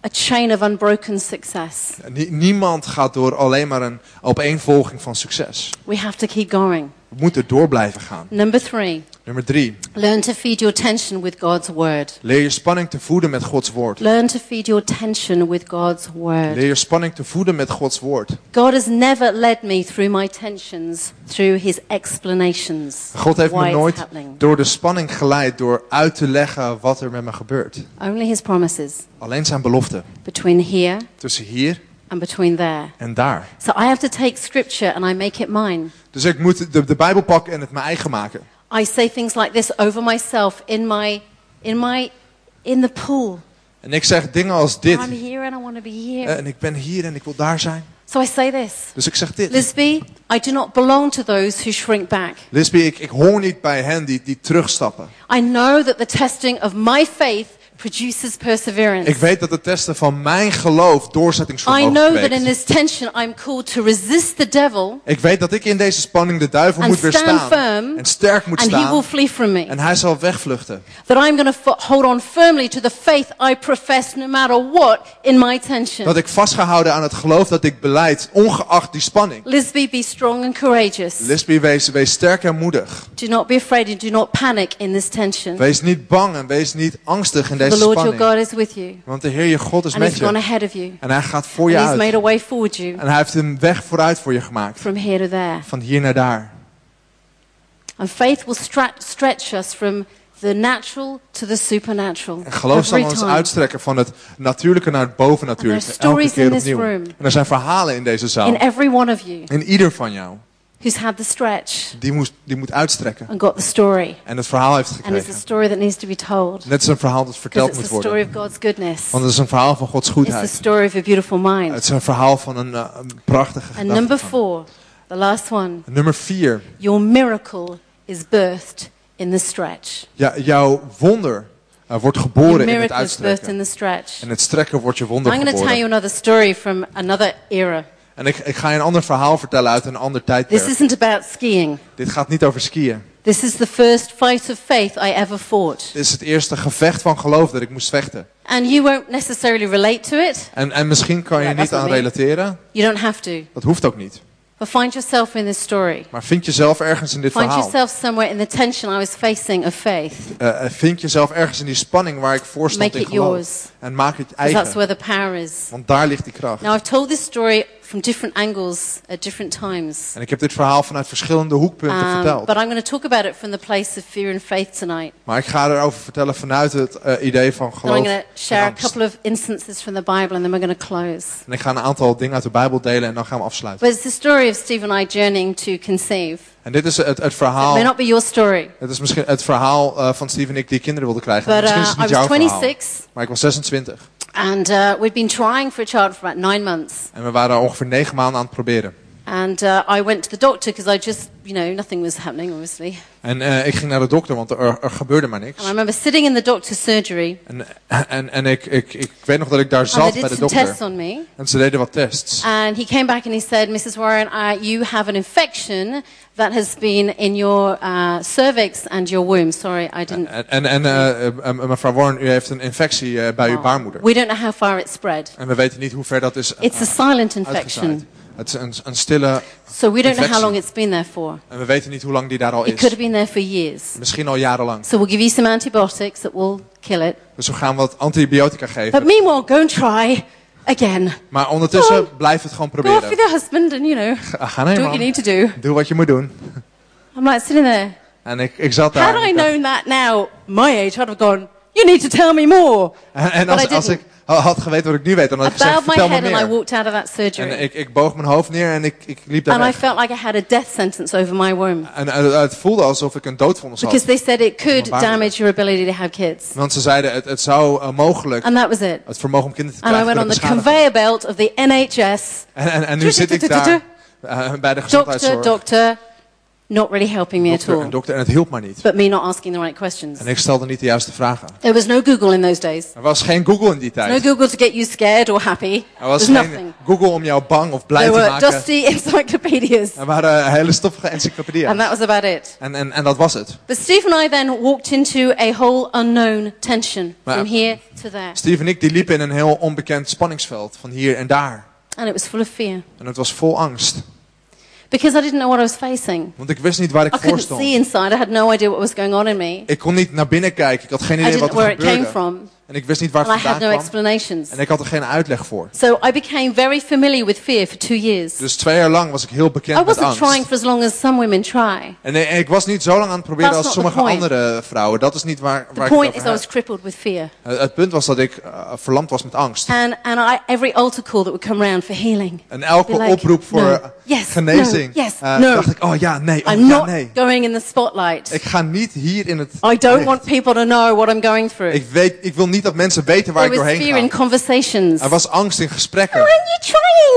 a chain of unbroken success.
Nie- niemand gaat door alleen maar een opeenvolging van succes.
We have to keep going.
We moeten door blijven gaan.
Number three,
Nummer drie.
learn to feed your tension with God's word.
Leer je spanning te voeden met Gods woord.
Learn to feed your tension with God's word.
Leer je spanning te voeden met Gods woord.
God has never led me through my tensions through his explanations.
God heeft
why
me
it's
nooit
happening.
door de spanning geleid door uit te leggen wat er met me gebeurt.
Only his promises
Alleen zijn beloften.
between here
Tussen hier
and between there.
en daar.
So I have to take scripture and I make it mine.
Dus ik moet de, de Bijbel pakken en het mijn eigen maken.
I say things like this over myself in my in my in the pool.
En ik zeg dingen als dit.
I'm here and I want to be
Eh,
here.
En ik ben hier en ik wil daar zijn.
So I say this.
Dus ik zeg dit.
Lisby, I do not belong to those who shrink back.
Lisby, ik, ik hoor niet bij hen die, die terugstappen.
I know that the testing of my faith produces
Ik
perseverance.
weet dat het testen van mijn geloof
I
doorzettingsvermogen
know that in
kweekt.
this tension I'm called to resist the devil
Ik weet dat ik in deze spanning de duivel
and
moet
stand
weerstaan.
firm
En sterk moet
and he will
staan.
flee from me.
En hij zal wegvluchten.
That I'm going to f- hold on firmly to the faith I profess no matter what in my tension.
Dat ik vastgehouden aan het geloof dat ik beleid, ongeacht die spanning.
Lisby, be strong and courageous.
Lisby, wees, wees sterk en moedig.
do not be afraid and do not panic in this tension.
Wees niet bang en wees niet angstig in
the
deze
Lord your
spanning.
God is with you,
Want de Heer je God is
and
met
He's gone
je.
ahead of you,
En hij gaat voor je
and He's
uit.
made a way forward you
En hij heeft een weg vooruit voor je gemaakt.
from here to there.
Van hier naar daar.
And faith will stra- stretch us from the natural to the supernatural.
En geloof zal
every
ons
time.
uitstrekken van het natuurlijke naar het bovennatuurlijke.
And there are
Elke
stories
keer
in this
opnieuw.
room.
En er zijn verhalen in deze zaal.
in every one of you
In ieder van jou.
who's had the stretch
Die, moest, die moet uitstrekken.
and got the story.
En het verhaal heeft
And it's a
gekregen.
story that needs to be told
Net is een verhaal dat
because
verteld
it's
moet
the story
worden.
of God's goodness.
Want het is een verhaal van Gods
It's the
goedheid.
story of a beautiful
Het
mind.
is een verhaal van een, eh, een prachtige
And number
gedachte.
four, the last one.
Nummer vier.
Your miracle is birthed in the stretch.
Ja, jouw wonder eh, wordt
Your
geboren in het
miracle is birthed
uitstrekken.
in the stretch.
En het strekken wordt je wonder
I'm going to tell you
geboren.
another story from another era.
En ik, ik ga je een ander verhaal vertellen uit een ander
This
tijdperk.
isn't about skiing.
Dit gaat niet over skiën.
This is the first fight of faith I ever fought.
Dit is het eerste gevecht van geloof dat ik moest vechten.
And you won't necessarily relate to it.
En, en misschien kan je
Ja, dat
niet
is
aan
wel mee.
relateren.
You don't have to.
Dat hoeft ook niet.
But find yourself in this story.
Maar vind jezelf ergens in dit
Find
verhaal.
yourself somewhere in the tension I was facing of faith.
Eh, eh, vind jezelf ergens in die spanning waar ik voor stond
Make
in
it
geloof.
yours.
En maak het
'cause
eigen.
that's where the power is.
Want daar ligt die kracht.
Now, I've told this story from different angles at different times.
En ik heb dit verhaal vanuit verschillende hoekpunten
Um,
verteld.
but I'm going to talk about it from the place of fear and faith tonight.
Maar ik ga erover vertellen vanuit het eh, idee van
And I'm
geloof.
going to
en
share a
angst.
couple of instances from the Bible and then we're going to close.
En ik ga een aantal dingen uit de Bijbel delen en dan gaan we afsluiten.
But it's the story of Steve and I journeying to conceive.
En dit is het, het
It may
verhaal.
not be your story,
Het is misschien het verhaal eh, van Steve en ik die kinderen wilden krijgen.
but
misschien is
uh,
het
I
niet jouw verhaal.
was 26
Maar ik was 26.
and uh, we'd been trying for a child for about nine months.
En we waren ongeveer negen maanden aan het proberen.
And uh, I went to the doctor because I just, you know, nothing was happening, obviously.
En eh, ik ging naar de dokter, want er, er gebeurde maar
And I
niks.
remember sitting in the doctor's surgery,
En, en, en ik, ik, ik weet nog dat ik daar
and
zat
they
bij
did
de
some
dokter.
tests on me.
En ze deden wat tests.
And he came back and he said, Mrs. Warren, uh, you have an infection that has been in your uh, cervix and your womb. Sorry, I didn't.
En, en, en eh, eh, eh, mevrouw Warren, u heeft een infectie eh, bij uw baarmoeder.
Oh. We don't know how far it spread.
En we weten niet hoe ver dat is eh,
It's a
uitgezaaid.
silent infection.
Het is een, een stille...
So we don't know how
Infection.
long it's been there for.
En we weten niet hoe lang die daar al
It could
is.
have been there for years.
Misschien al jarenlang.
So we'll give you some antibiotics that will kill it.
Dus we gaan wat antibiotica
But
geven.
meanwhile, go and try again.
Maar ondertussen
Oh.
blijf het gewoon
Go off with
proberen.
your husband and, you know,
Ga nee,
do what you
man.
need to do.
Doe wat je moet doen.
I'm like sitting there.
En ik, ik zat daar.
Had
en
I
ik dacht-
known that now, my age, I'd have gone, you need to tell me more.
En, en
But I
als,
didn't.
als ik ha- had geweten wat ik nu weet, dan had
I
ik gezegd,
bowed my
vertel me
head and I
meer.
walked out of that surgery.
En ik, ik boog mijn hoofd neer en ik, ik liep daar
And I
weg.
felt like I had a death sentence over my womb.
En eh, het voelde alsof ik een doodvonnis
Because
had.
they said it could
Well, apparently.
damage your ability to have kids.
Want ze zeiden, het, het zou eh, mogelijk
And that was it.
het vermogen om kinderen te
And I
krijgen
went on
kunnen
the
beschadigen.
conveyor belt of the NHS.
En, en, en nu zit ik daar eh, bij de
Doctor,
gezondheidszorg.
doctor, not really helping me at
Dokter en
all.
dokter en het hielp maar niet.
But me not asking the right questions.
En ik stelde niet de juiste vragen.
There was no Google in those days.
Er was geen Google in die
No
tijd.
Google to get you scared or happy.
Er was
There's
geen
dus nothing.
Google om jou bang of blij
There
te
were
maken.
dusty encyclopedias.
Er waren eh, hele stoffige
And
encyclopedieën.
that was about it.
En, en, en dat was het.
But Steve and I then walked into a whole unknown tension from here to there.
Steve en ik die liepen in een heel onbekend spanningsveld van hier en daar.
And it was full of fear.
En het was vol angst.
Because I didn't know what I was facing.
Want ik wist niet waar ik
Oh, I
voor
couldn't
stond.
see inside. I had no idea what was going on in me.
Ik kon niet naar binnen kijken. Ik had geen
I
idee wat
didn't know
er
where it came
gebeurde.
from.
En ik wist niet waar
And I
het vandaan
had no
kwam.
explanations.
En ik had er geen uitleg voor.
So I became very familiar with fear for two years.
Dus twee jaar lang was ik heel
I
bekend met
wasn't trying
angst.
for as long as some women try.
En eh, ik was niet zo lang aan het proberen
That's
als
not the
sommige
point.
andere vrouwen. Dat is niet waar,
The
waar ik het
point
over
is I
heb.
was crippled with fear.
Eh, Het punt was dat ik eh, verlamd was met angst.
And, and I, every altar call that would come round for healing,
En elke
Be like,
oproep voor
no,
eh,
yes,
genezing.
no, yes,
eh,
no.
dacht ik, oh ja, nee, oh
I'm
ja,
not
nee.
going in the spotlight.
Ik ga niet hier in het
I
licht.
don't want people to know what I'm going through.
Ik, weet, ik wil niet dat mensen weten waar
there
ik
was
doorheen
fear
ga.
in conversations.
Er was angst in
Oh,
gesprekken.
aren't you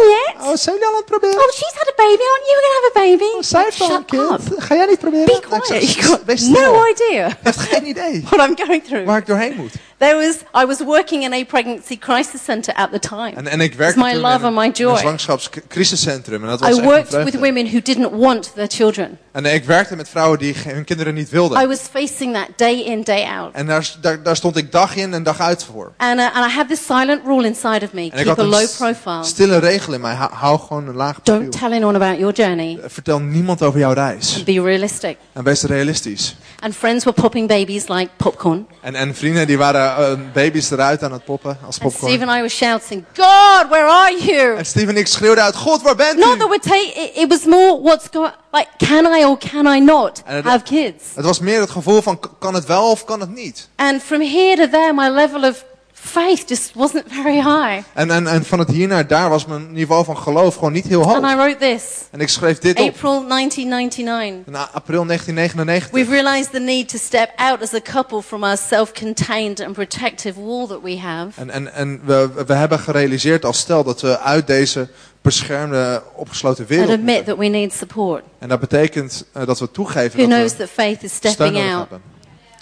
trying yet?
Oh, zijn jullie al aan het proberen?
Oh, she's had a baby. Aren't you going to have a baby?
Zij heeft al een
Shut up.
kind. Ga jij niet proberen?
Be
Nou, ik zei,
quiet. You've
"Sst,
got
Wees stil.
no
Je
idea
hebt geen idee
what I'm going through.
waar ik doorheen moet.
There was, I was working in a pregnancy crisis center at the time.
En, en ik
It's
werkte
my
toen in,
love and my
een- in een
joy.
zwangerschapscrisiscentrum. En dat was
I
echt een
worked
vreugde.
with women who didn't want their children.
En ik werkte met vrouwen die ge- hun kinderen niet
I
wilden.
was facing that day in, day out.
En daar, daar, daar stond ik dag in en dag uit voor.
And, uh, and I had this silent rule inside of me
En ik
keep a
een
low
s-
profile.
stille regel in mij. Hou, hou gewoon een laag profiel. Eh,
Don't tell anyone about your journey.
Vertel niemand over jouw reis.
Be realistic.
En wees realistisch.
And friends were popping babies like popcorn.
En, en vrienden die waren eh, baby's eruit aan het poppen als
And
popcorn.
Steve and I were shouting, God, where are you?
En Steven en ik schreeuwden uit, God, waar bent
Not that
u?
we're ta- it, it was more what's going like, can I or can I not
And it-
have kids?
Het was meer het gevoel van, k- kan het wel of kan het niet?
And from here to there, my level of faith just wasn't very high.
En, en, en van het hier naar daar was mijn niveau van geloof gewoon niet heel
And I
hoog.
wrote this
En ik schreef dit op
April 1999.
in a- april 1999.
We've realized the need to step out as a couple from our self contained and protective wall that we have.
En, en, en we, we hebben gerealiseerd als stel dat we uit deze beschermde, opgesloten
And
wereld
admit
moeten.
that we need support.
En dat betekent eh, dat we toegeven
Who knows
dat we
that faith is
steun
stepping
nodig
out
hebben.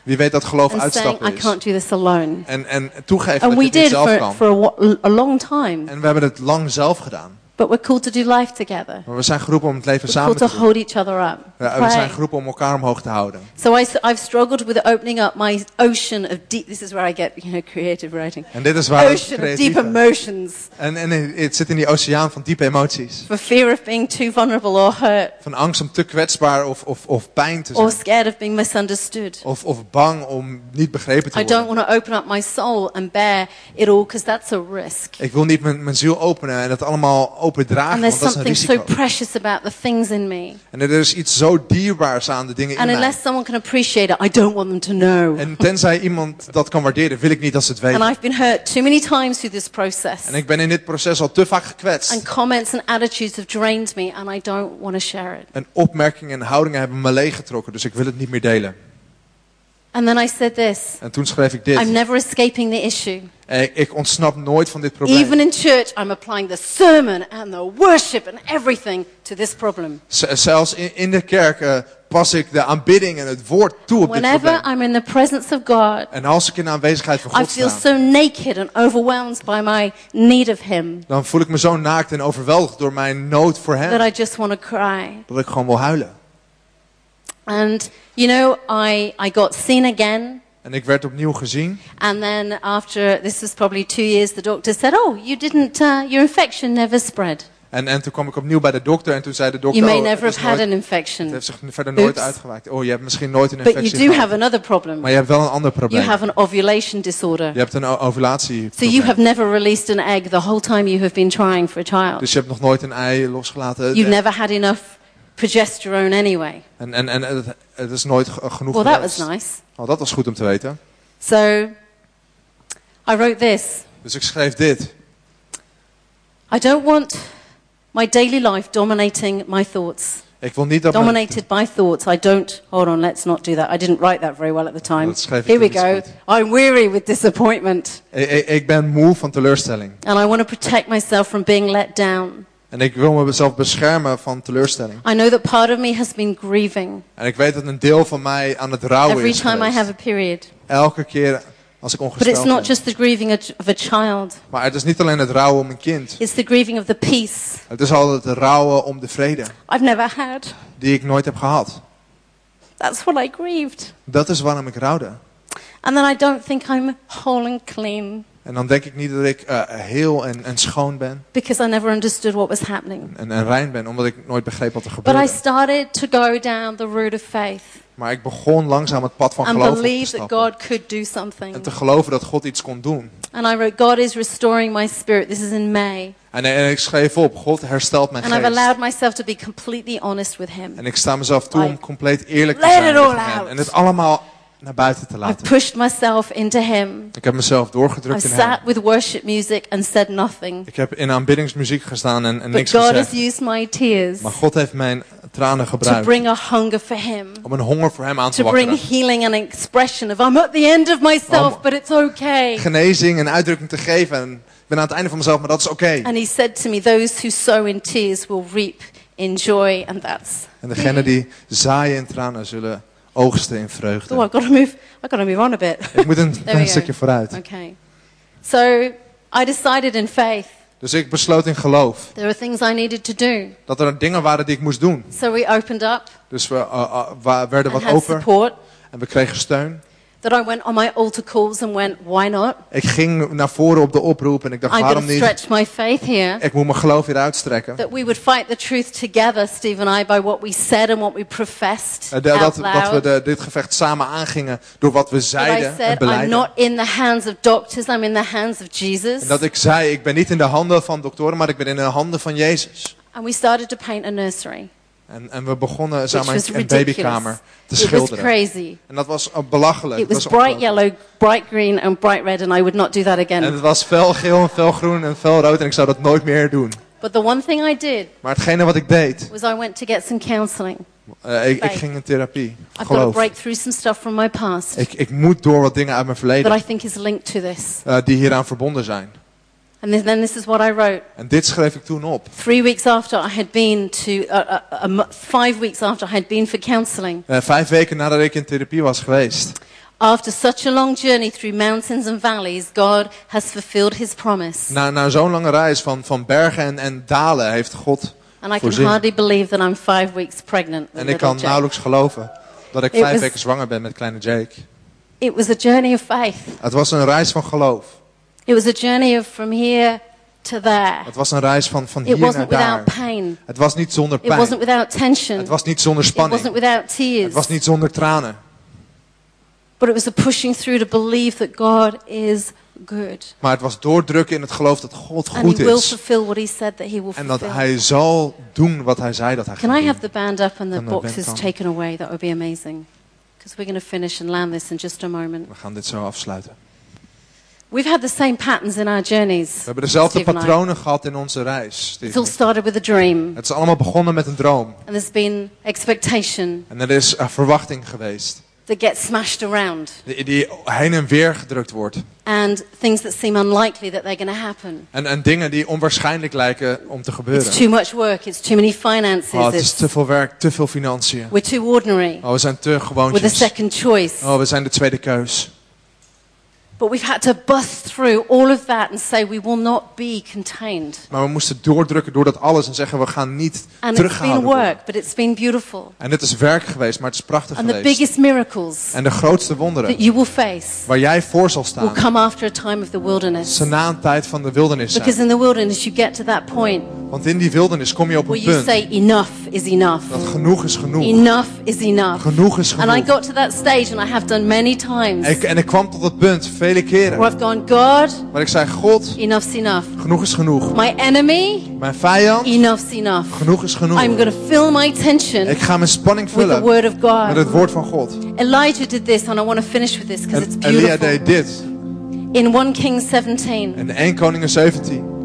Wie weet dat geloof
and saying, I
uitstappen is.
can't do this alone.
En, en toegeven
And
dat je
we
het niet
did
zelf
for,
kan.
for a, wa- a long time.
En we hebben het lang zelf gedaan.
But we're called to do life together.
Maar we zijn geroepen om het leven
We're
samen
called
te
to
doen.
hold each other up.
We- We
Pray.
zijn geroepen om elkaar omhoog te houden.
So I, have struggled with opening up my ocean of deep. This is where I get you know creative writing.
En dit is waar het
Ocean of deep
creatieve-
emotions
En, en het zit in die oceaan van diepe emoties.
for fear of being too vulnerable or hurt
Van angst om te kwetsbaar of, of, of pijn te
or
zijn.
scared of being misunderstood.
Of, of bang om niet begrepen
I
te
don't
worden.
want to open up my soul and bear it all because that's a risk.
Ik wil niet mijn, mijn ziel openen en het allemaal open dragen,
And
want
there's
dat is een
something so
risico.
precious about the things in me.
En er is iets zo dierbaars aan de dingen in
And
mij.
unless someone can appreciate it, I don't want them to know.
En tenzij iemand dat kan waarderen, wil ik niet dat ze het
And
weten.
I've been hurt too many times through this process.
En ik ben in dit proces al te vaak
And
gekwetst.
comments and attitudes have drained me, and I don't want to share it.
En opmerkingen en houdingen hebben me leeggetrokken, dus ik wil het niet meer delen.
And then I said this
En toen schreef ik dit.
I'm never escaping the issue.
Eh, ik ontsnap nooit van dit probleem.
Even in church, I'm applying the sermon and the worship and everything to this problem.
Z- zelfs in, in de kerk eh, pas ik de aanbidding en het woord toe op dit
Whenever
probleem.
I'm in the presence of God,
En als ik in de aanwezigheid van
I
God
feel
sta,
so naked and overwhelmed by my need of Him
dan voel ik me zo naakt en overweldigd door mijn nood voor
that
Hem.
I just want to cry.
Dat ik gewoon wil huilen.
And, you know, I, I got seen again.
En ik werd opnieuw gezien.
And then after, this was probably two years, the doctor said, Oh, you didn't, uh, your infection never spread.
En, en toen kwam ik opnieuw bij de dokter. En toen zei de
You
dokter,
may
oh, het,
never
is
have had
nooit-
an
het
infection.
heeft zich verder nooit
Oops.
uitgewaakt. Oh, je hebt misschien nooit een
But you
infectie
do
gehad.
have another problem.
Maar je hebt wel een ander
You
probleem.
have an ovulation disorder.
Je hebt een o- ovulatie.
So you have never released an egg the whole time you have been trying for a child.
Dus je hebt nog nooit een ei losgelaten.
You've never had enough progesterone anyway.
En, en, en het, het is nooit ge- genoeg
Well, that
geweest.
was nice.
Oh, dat was goed om te weten.
So I wrote this
Dus ik schreef dit.
I don't want my daily life dominating my thoughts.
Ik wil niet dat mijn-
Dominated by thoughts. I don't. Hold on, let's not do that. I didn't write that very well at the time.
Let's have it
Here we
in this
go.
bit.
I'm weary with disappointment
Ik, ik- ik ben moe van teleurstelling.
and I want to protect myself from being let down.
En ik wil mezelf beschermen van teleurstelling.
I know that part of me has been grieving
En ik weet dat een deel van mij aan het rouwen
every
is
time I
geweest.
have a period.
Elke keer als ik
But it's
ongesteld ben.
not just the grieving of of a child,
Maar het is niet alleen het rouwen om een kind.
it's the grieving of the peace
Het is altijd het rouwen om de vrede.
I've never had.
Die ik nooit heb gehad.
That's what I grieved.
Dat is waarom ik rouwde.
And then I don't think I'm whole and clean
En dan denk ik niet dat ik eh, heel en, en schoon ben.
because I never understood what was happening.
En, en rein ben. Omdat ik nooit begreep wat er
But I
gebeurde.
started to go down the route of faith
Maar ik begon langzaam het pad van
and
geloof op te
believe that
stappen.
God could do something.
En te geloven dat God iets kon doen.
And I wrote, God is restoring my spirit. This is in May.
En, en ik schreef op, God herstelt mijn
And I've
geest.
allowed myself to be completely honest with Him.
En ik sta mezelf toe om
Like,
compleet eerlijk te
let
zijn
it all
tegen hem.
out.
En het allemaal naar buiten te
I've
laten.
pushed myself into Him.
Ik heb mezelf
I've
doorgedrukt in hem.
sat with worship music and said nothing.
Ik heb in aanbiddingsmuziek gestaan en, en
But
niks
God has
gezegd.
used my tears
Maar God heeft mijn tranen
to
gebruikt
bring a hunger for Him.
om een honger voor hem aan te
to bring
wakkeren.
healing and expression of I'm at the end of myself,
Om-
but it's okay.
Genezing en uitdrukking te geven. En ik ben aan het einde van mezelf, maar dat is oké.
And he said to me, Those who sow in tears will reap in joy. And that's,
En degene die zaaien in tranen zullen oogsten in
oh,
vreugde.
I've got to move, I've got to move on a bit.
Ik moet een
There we
klein
go.
stukje vooruit.
okay. So I decided in faith
Dus ik besloot in geloof
there are things I needed to do.
dat er dingen waren die ik moest doen.
So we opened up
Dus we eh, eh, wa- werden
and
wat
had
open
support
en we kregen steun.
that I went on my altar calls and went, Why not?
Ik ging naar voren op de oproep en ik dacht,
I'm
waarom
going to
niet?
stretch my faith here.
Ik moet mijn geloof weer uitstrekken.
That we would fight the truth together, Steve and I, by what we said and what we professed.
Eh, de- dat,
out
dat we
loud.
de, dit gevecht samen aangingen door wat we
But I
zeiden en
said, uh, I'm
beleiden.
not in the hands of doctors, I'm in the hands of
En
Jesus.
dat ik zei, ik ben niet in de handen van doktoren, maar ik ben in de handen van Jezus.
And we started to paint a nursery,
En, en we begonnen
which
samen
was
een, een
ridiculous.
babykamer te
It was
schilderen.
crazy.
En dat was eh, belachelijk.
It
Dat
was bright
ongelooflijk.
yellow, bright green, and bright red, and I would not do that
En
again.
het was fel geel en fel groen en fel rood en ik zou dat nooit meer doen.
But the one thing I did
Maar hetgene wat ik deed,
was I went to get some counseling.
eh, ik, ik
Faith.
ging in therapie.
I've got to
Geloof.
break through some stuff from my past
Ik, ik moet door wat dingen uit mijn
that
verleden
I think is linked to this.
eh, die hieraan verbonden zijn.
And then then this is what I wrote.
En dit schreef ik toen op.
Three weeks after I had been to, uh, uh, a mo- five weeks after I had been for counseling,
Eh, vijf weken nadat ik in therapie was geweest.
After such a long journey through mountains and valleys, God has fulfilled his promise.
Na, na zo'n lange reis van, van bergen en, en dalen heeft God
And I can
voorzien.
hardly believe that I'm five weeks pregnant. with
En ik
little
kan
Jack.
nauwelijks geloven dat ik
It
vijf
was-
weken zwanger ben met kleine Jake.
It was a journey of faith.
Het was een reis van geloof.
It was a journey of from here to there.
Het was een reis van, van hier
It
naar
wasn't
daar.
without pain.
Het was niet zonder
It wasn't
pijn.
without tension.
Het
It
was niet zonder
wasn't
spanning.
without
Het was
tears.
niet zonder tranen.
But it was a pushing through to believe that God is good.
Maar het was doordrukken in het geloof dat God
And
goed
he will
is.
fulfill what he said that he will
En dat
fulfill.
hij zal doen wat hij zei dat hij
Can I
ging
have
doen.
the band up and the
Kan de band
boxes
komen?
taken away? That would be amazing. Because we're going to finish and land this in just a moment.
We gaan dit zo afsluiten.
We've had the same patterns in our
We
journeys.
hebben dezelfde
Steve and I.
patronen gehad in onze reis.
It's all
Steven.
started with a dream,
Het is allemaal begonnen met een droom.
and there's been expectation.
En er is eh, verwachting geweest.
that get smashed around
die, die heen en weer gedrukt wordt.
and things that seem unlikely that they're going to happen.
En, en dingen die onwaarschijnlijk lijken om te
It's
gebeuren.
too much work, it's too many finances,
Oh, het is
it's,
te veel werk, te veel financiën.
we're too ordinary,
Oh, we zijn te
we're the
gewoontjes.
second choice.
Oh, we zijn de tweede keus.
But we've had to bust through all of that and say we will not be contained.
Maar we moesten doordrukken door dat alles en zeggen we gaan niet
And it's been
terughouden. worden.
work, but it's been beautiful.
En het is werk geweest, maar het is prachtig
And the
geweest.
biggest miracles
En de grootste wonderen
that you will face
waar jij voor zal
will
staan,
come after a time of the wilderness.
ze na een tijd van de wildernis
Because
zijn.
in the wilderness, you get to that point
Want in die wildernis kom je op
where
een
you
punt
say, Enough is enough.
dat genoeg is genoeg.
Enough is enough.
Genoeg is
And I
genoeg.
got to that stage, and I have done many times,
En ik, en ik kwam tot dat punt vele
where
keren.
I've gone, God,
Maar ik zei, God,
enough's enough.
genoeg is genoeg.
My enemy,
Mijn vijand,
enough's enough.
genoeg is genoeg.
I'm going to fill my tension
Ik ga mijn spanning
with the
vullen
word of
met
God.
het woord van God.
Elijah did this, and I want to finish with this because it's
En Elia deed
beautiful.
dit.
In 1 Kings 17,
En 1 Koningen 17.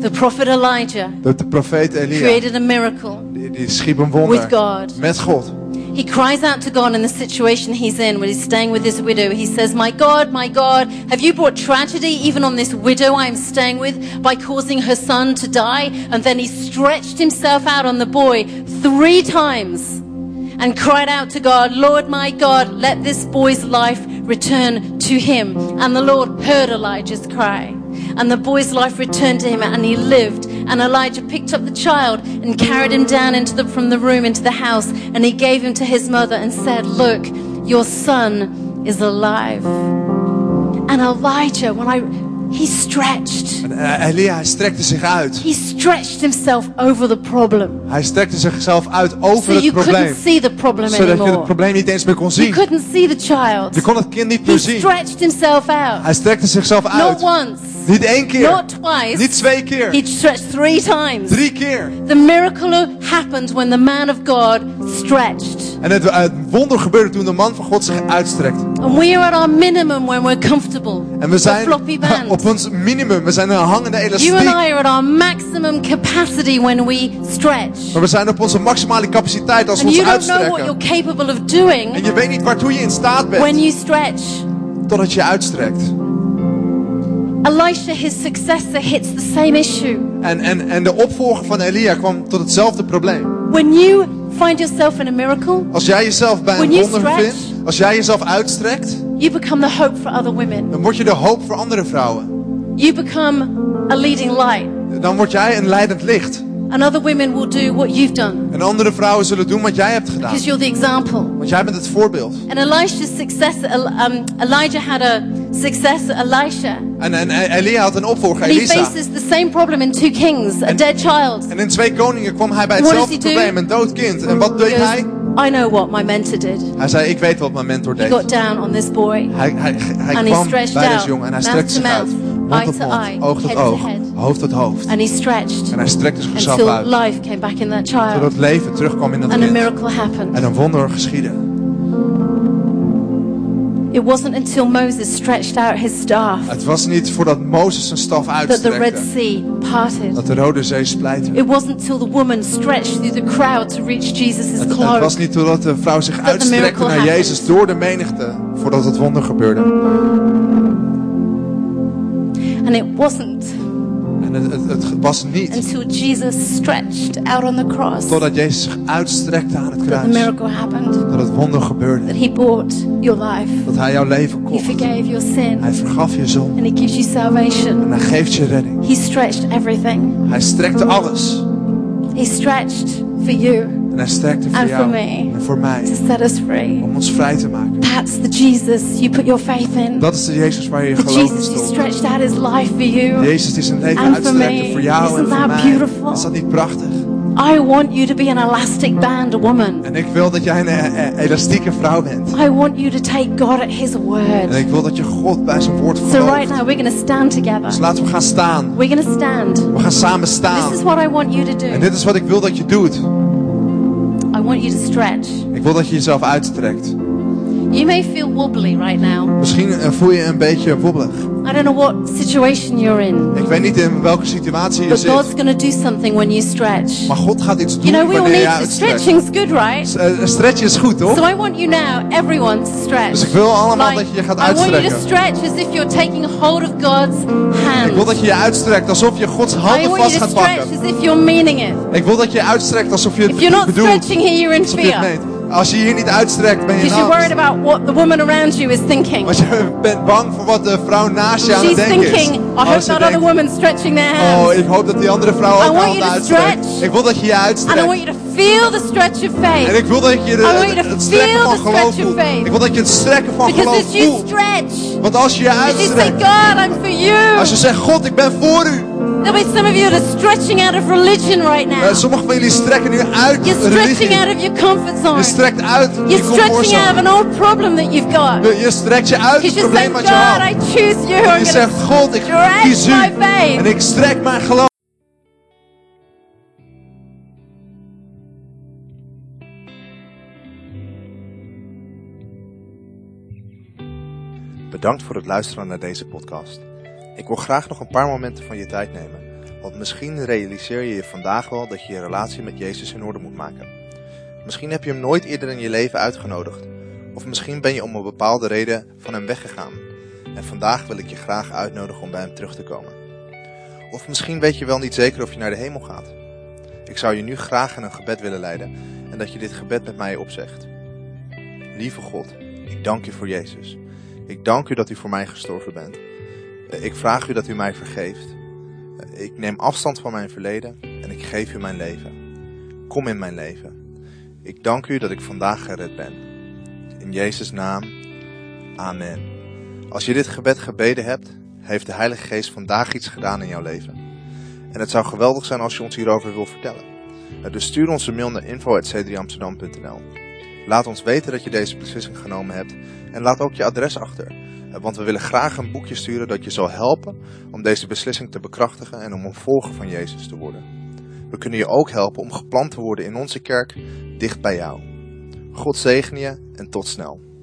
the prophet Elijah
De, de profeet Elia.
created a miracle
Die, die schiep een
with
wonder.
God.
Met God.
He cries out to God in the situation he's in when he's staying with this widow. He says, My God, my God, have you brought tragedy even on this widow I am staying with by causing her son to die? And then he stretched himself out on the boy three times and cried out to God, Lord my God, let this boy's life return to him. And the Lord heard Elijah's cry. And the boy's life returned to him and he lived. And Elijah picked up the child and carried him down into the, from the room into the house. And he gave him to his mother and said, Look, your son is alive. And Elijah, when I, he stretched.
En eh, Elia, hij strekte zich uit.
He stretched himself over the problem.
Hij strekte zichzelf uit
So
over
you
het
couldn't
probleem.
see the problem
Zodat je het
anymore.
probleem niet eens meer kon
You
zien.
couldn't see the child.
Je kon het kind niet
He
meer zien.
stretched himself out.
Hij strekte zichzelf
Not
uit.
once,
Niet één keer.
not
Niet
twice.
twee
He
keer.
stretched three times.
Drie keer.
The miracle happened when the man of God stretched.
En het, het wonder gebeurde toen de man van God zich uitstrekte.
And we are at our minimum when we're comfortable.
En we
a
zijn
floppy band.
op ons minimum. We zijn een hangende
You and
elastiek.
I are at our maximum capacity when we stretch.
Maar we zijn op onze maximale capaciteit als we ons
And you don't know what
uitstrekken.
you're capable of
En
doing
je weet niet waartoe je in staat
when
bent
you stretch.
totdat je uitstrekt.
Elisha, his successor, hits the same issue.
En, en, en de opvolger van Elia kwam tot hetzelfde probleem.
When you find yourself in a miracle,
Als jij jezelf bij een
When you
wonder
stretch-
vindt, als jij jezelf uitstrekt,
you become the hope for other women.
dan word je de hoop voor andere vrouwen.
You become a leading light,
Dan word jij een leidend licht.
and other women will do what you've done
En andere vrouwen zullen doen wat jij hebt gedaan.
because you're the example.
Want jij bent het voorbeeld.
And Elisha's successor, El- um, Elijah had a successor, Elisha.
En, en Elia had een opvolger,
And he
Elisa.
faces the same problem in two kings, a dead child.
En in twee koningen kwam hij bij
What does
hetzelfde
he do?
probleem, een dood kind. En wat deed
He goes,
hij?
I know what my mentor did.
Hij zei, ik weet wat mijn mentor
He
deed.
got down on this boy.
Hij, hij, hij
And he
kwam bij
stretched
deze
out,
jongen en hij
mouth
strekte
to
zich uit.
mouth,
Mond
eye
tot
to
mond,
eye,
oog tot
head to
oog,
head.
hoofd tot hoofd.
And he stretched
En hij strekte zichzelf
until
uit.
life came back in that
Zodat
child.
leven terugkwam in dat
And a
kind.
miracle happened.
En een wonder geschiedde.
It wasn't until Moses stretched out his staff
Het was niet voordat Mozes zijn staf
that the Red
uitstrekte.
Sea parted.
Dat de Rode Zee splijtte.
It wasn't till the woman stretched through the crowd to reach Jesus'
Het, het was
clothes.
niet doordat de vrouw zich
the
uitstrekte
miracle
naar
happened.
Jezus door de menigte voordat het wonder gebeurde.
And it wasn't
En het, het, het was niet
until Jesus stretched out on the cross that
totdat Jezus zich uitstrekte aan het
the
kruis.
miracle happened.
Dat het wonder gebeurde.
That he bought your life.
Dat hij jouw leven
He
kocht.
forgave your sin.
Hij vergaf je zonde.
And he gives you salvation.
En hij geeft je redding.
He stretched everything.
Hij strekte alles.
He stretched for you
En hij strekte voor
And for
jou.
me.
En voor
to
mij.
set us free.
Om ons vrij te maken.
That's the Jesus you put your faith in. The
Dat is de Jezus waar je geloof in
Jesus who
stond.
stretched out his life for you.
Jezus die zijn leven
And for
uitstrekte
me.
voor jou en
Isn't
voor
that
mij.
nou beautiful?
Is dat niet prachtig?
I want you to be an elastic band woman.
En ik wil dat jij een eh, eh, elastieke vrouw bent.
I want you to take God at his
En
word.
ik wil dat je God bij zijn woord
So right
gelooft.
now we're going to stand together.
Dus laten we gaan staan.
We're going to stand.
We gaan samen
This
staan.
is what I want you to
En
do.
dit is wat ik wil dat je doet.
I want you to stretch.
Ik wil dat je jezelf uitstrekt.
You may feel wobbly right now.
Misschien eh, voel je je een beetje wobbelig.
I don't know what situation you're in,
Ik weet niet in welke situatie je
but God's
zit.
going to do something when you stretch.
Maar God gaat iets doen
You know, we all
wanneer
need
je
to.
uitstrekt.
Stretching's good, right?
S- eh, Stretchen is goed,
So
toch?
I want you now, everyone, to stretch.
Dus ik wil allemaal dat je je gaat
I want you to
uitstrekken.
stretch as if you're taking hold of God's hand.
Ik wil dat je je uitstrekt alsof je Gods
I
handen
want
vast
you to
gaat
stretch
pakken.
as if you're meaning it.
Ik wil dat je je uitstrekt alsof je het
If you're not
bedoelt.
stretching here, you're in
Alsof je het
fear.
meent. Als je hier niet uitstrekt, ben je in
Because you're worried
angst.
about what the woman around you is thinking.
Want je bent bang voor wat de vrouw naast je aan het
She's
denken is.
thinking,
Oh,
I hope
Als je
that other
denkt,
woman's stretching their
Oh,
hands.
ik hoop dat die andere vrouw
I
ook
want
handen
you to
uitstrekt.
stretch.
Ik wil dat je je
And I want
uitstrekt.
you to feel the stretch of
En
faith.
ik wil dat je
I want you
de,
to
het strekken
feel
van
the
geloof
stretch of
voelt.
faith.
Ik wil dat je het strekken van
Because
geloof
as you
voelt.
stretch,
Want als je je
as you say,
uitstrekt,
God, I'm for
als je
you.
zegt, God, ik ben voor u.
There'll be some of you that are stretching out of religion right now.
Eh, Sommigen van jullie strekken nu uit
You're stretching
religie.
out of your comfort
Je
zone.
strekt uit je
You're stretching out of
comfortzone.
an old problem that you've got.
Je je strekt je uit
Because
het
you're
probleem
saying,
wat je
God, I
had.
choose you.
En
I'm
je
going
zegt,
to
God, ik
stretch
kies u.
my faith.
En ik strek mijn geloof.
Bedankt voor het luisteren naar deze podcast. Ik wil graag nog een paar momenten van je tijd nemen, want misschien realiseer je je vandaag wel dat je je relatie met Jezus in orde moet maken. Misschien heb je hem nooit eerder in je leven uitgenodigd, of misschien ben je om een bepaalde reden van hem weggegaan. En vandaag wil ik je graag uitnodigen om bij hem terug te komen. Of misschien weet je wel niet zeker of je naar de hemel gaat. Ik zou je nu graag in een gebed willen leiden en dat je dit gebed met mij opzegt. Lieve God, ik dank u voor Jezus. Ik dank u dat u voor mij gestorven bent. Eh, Ik vraag u dat u mij vergeeft. Eh, Ik neem afstand van mijn verleden en ik geef u mijn leven. Kom in mijn leven. Ik dank u dat ik vandaag gered ben. In Jezus' naam. Amen. Als je dit gebed gebeden hebt, heeft de Heilige Geest vandaag iets gedaan in jouw leven. En het zou geweldig zijn als je ons hierover wil vertellen. Eh, Dus stuur ons een mail naar info.c3amsterdam.nl Laat ons weten dat je deze beslissing genomen hebt en laat ook je adres achter. Eh, Want we willen graag een boekje sturen dat je zal helpen om deze beslissing te bekrachtigen en om een volger van Jezus te worden. We kunnen je ook helpen om geplant te worden in onze kerk dicht bij jou. God zegen je en tot snel.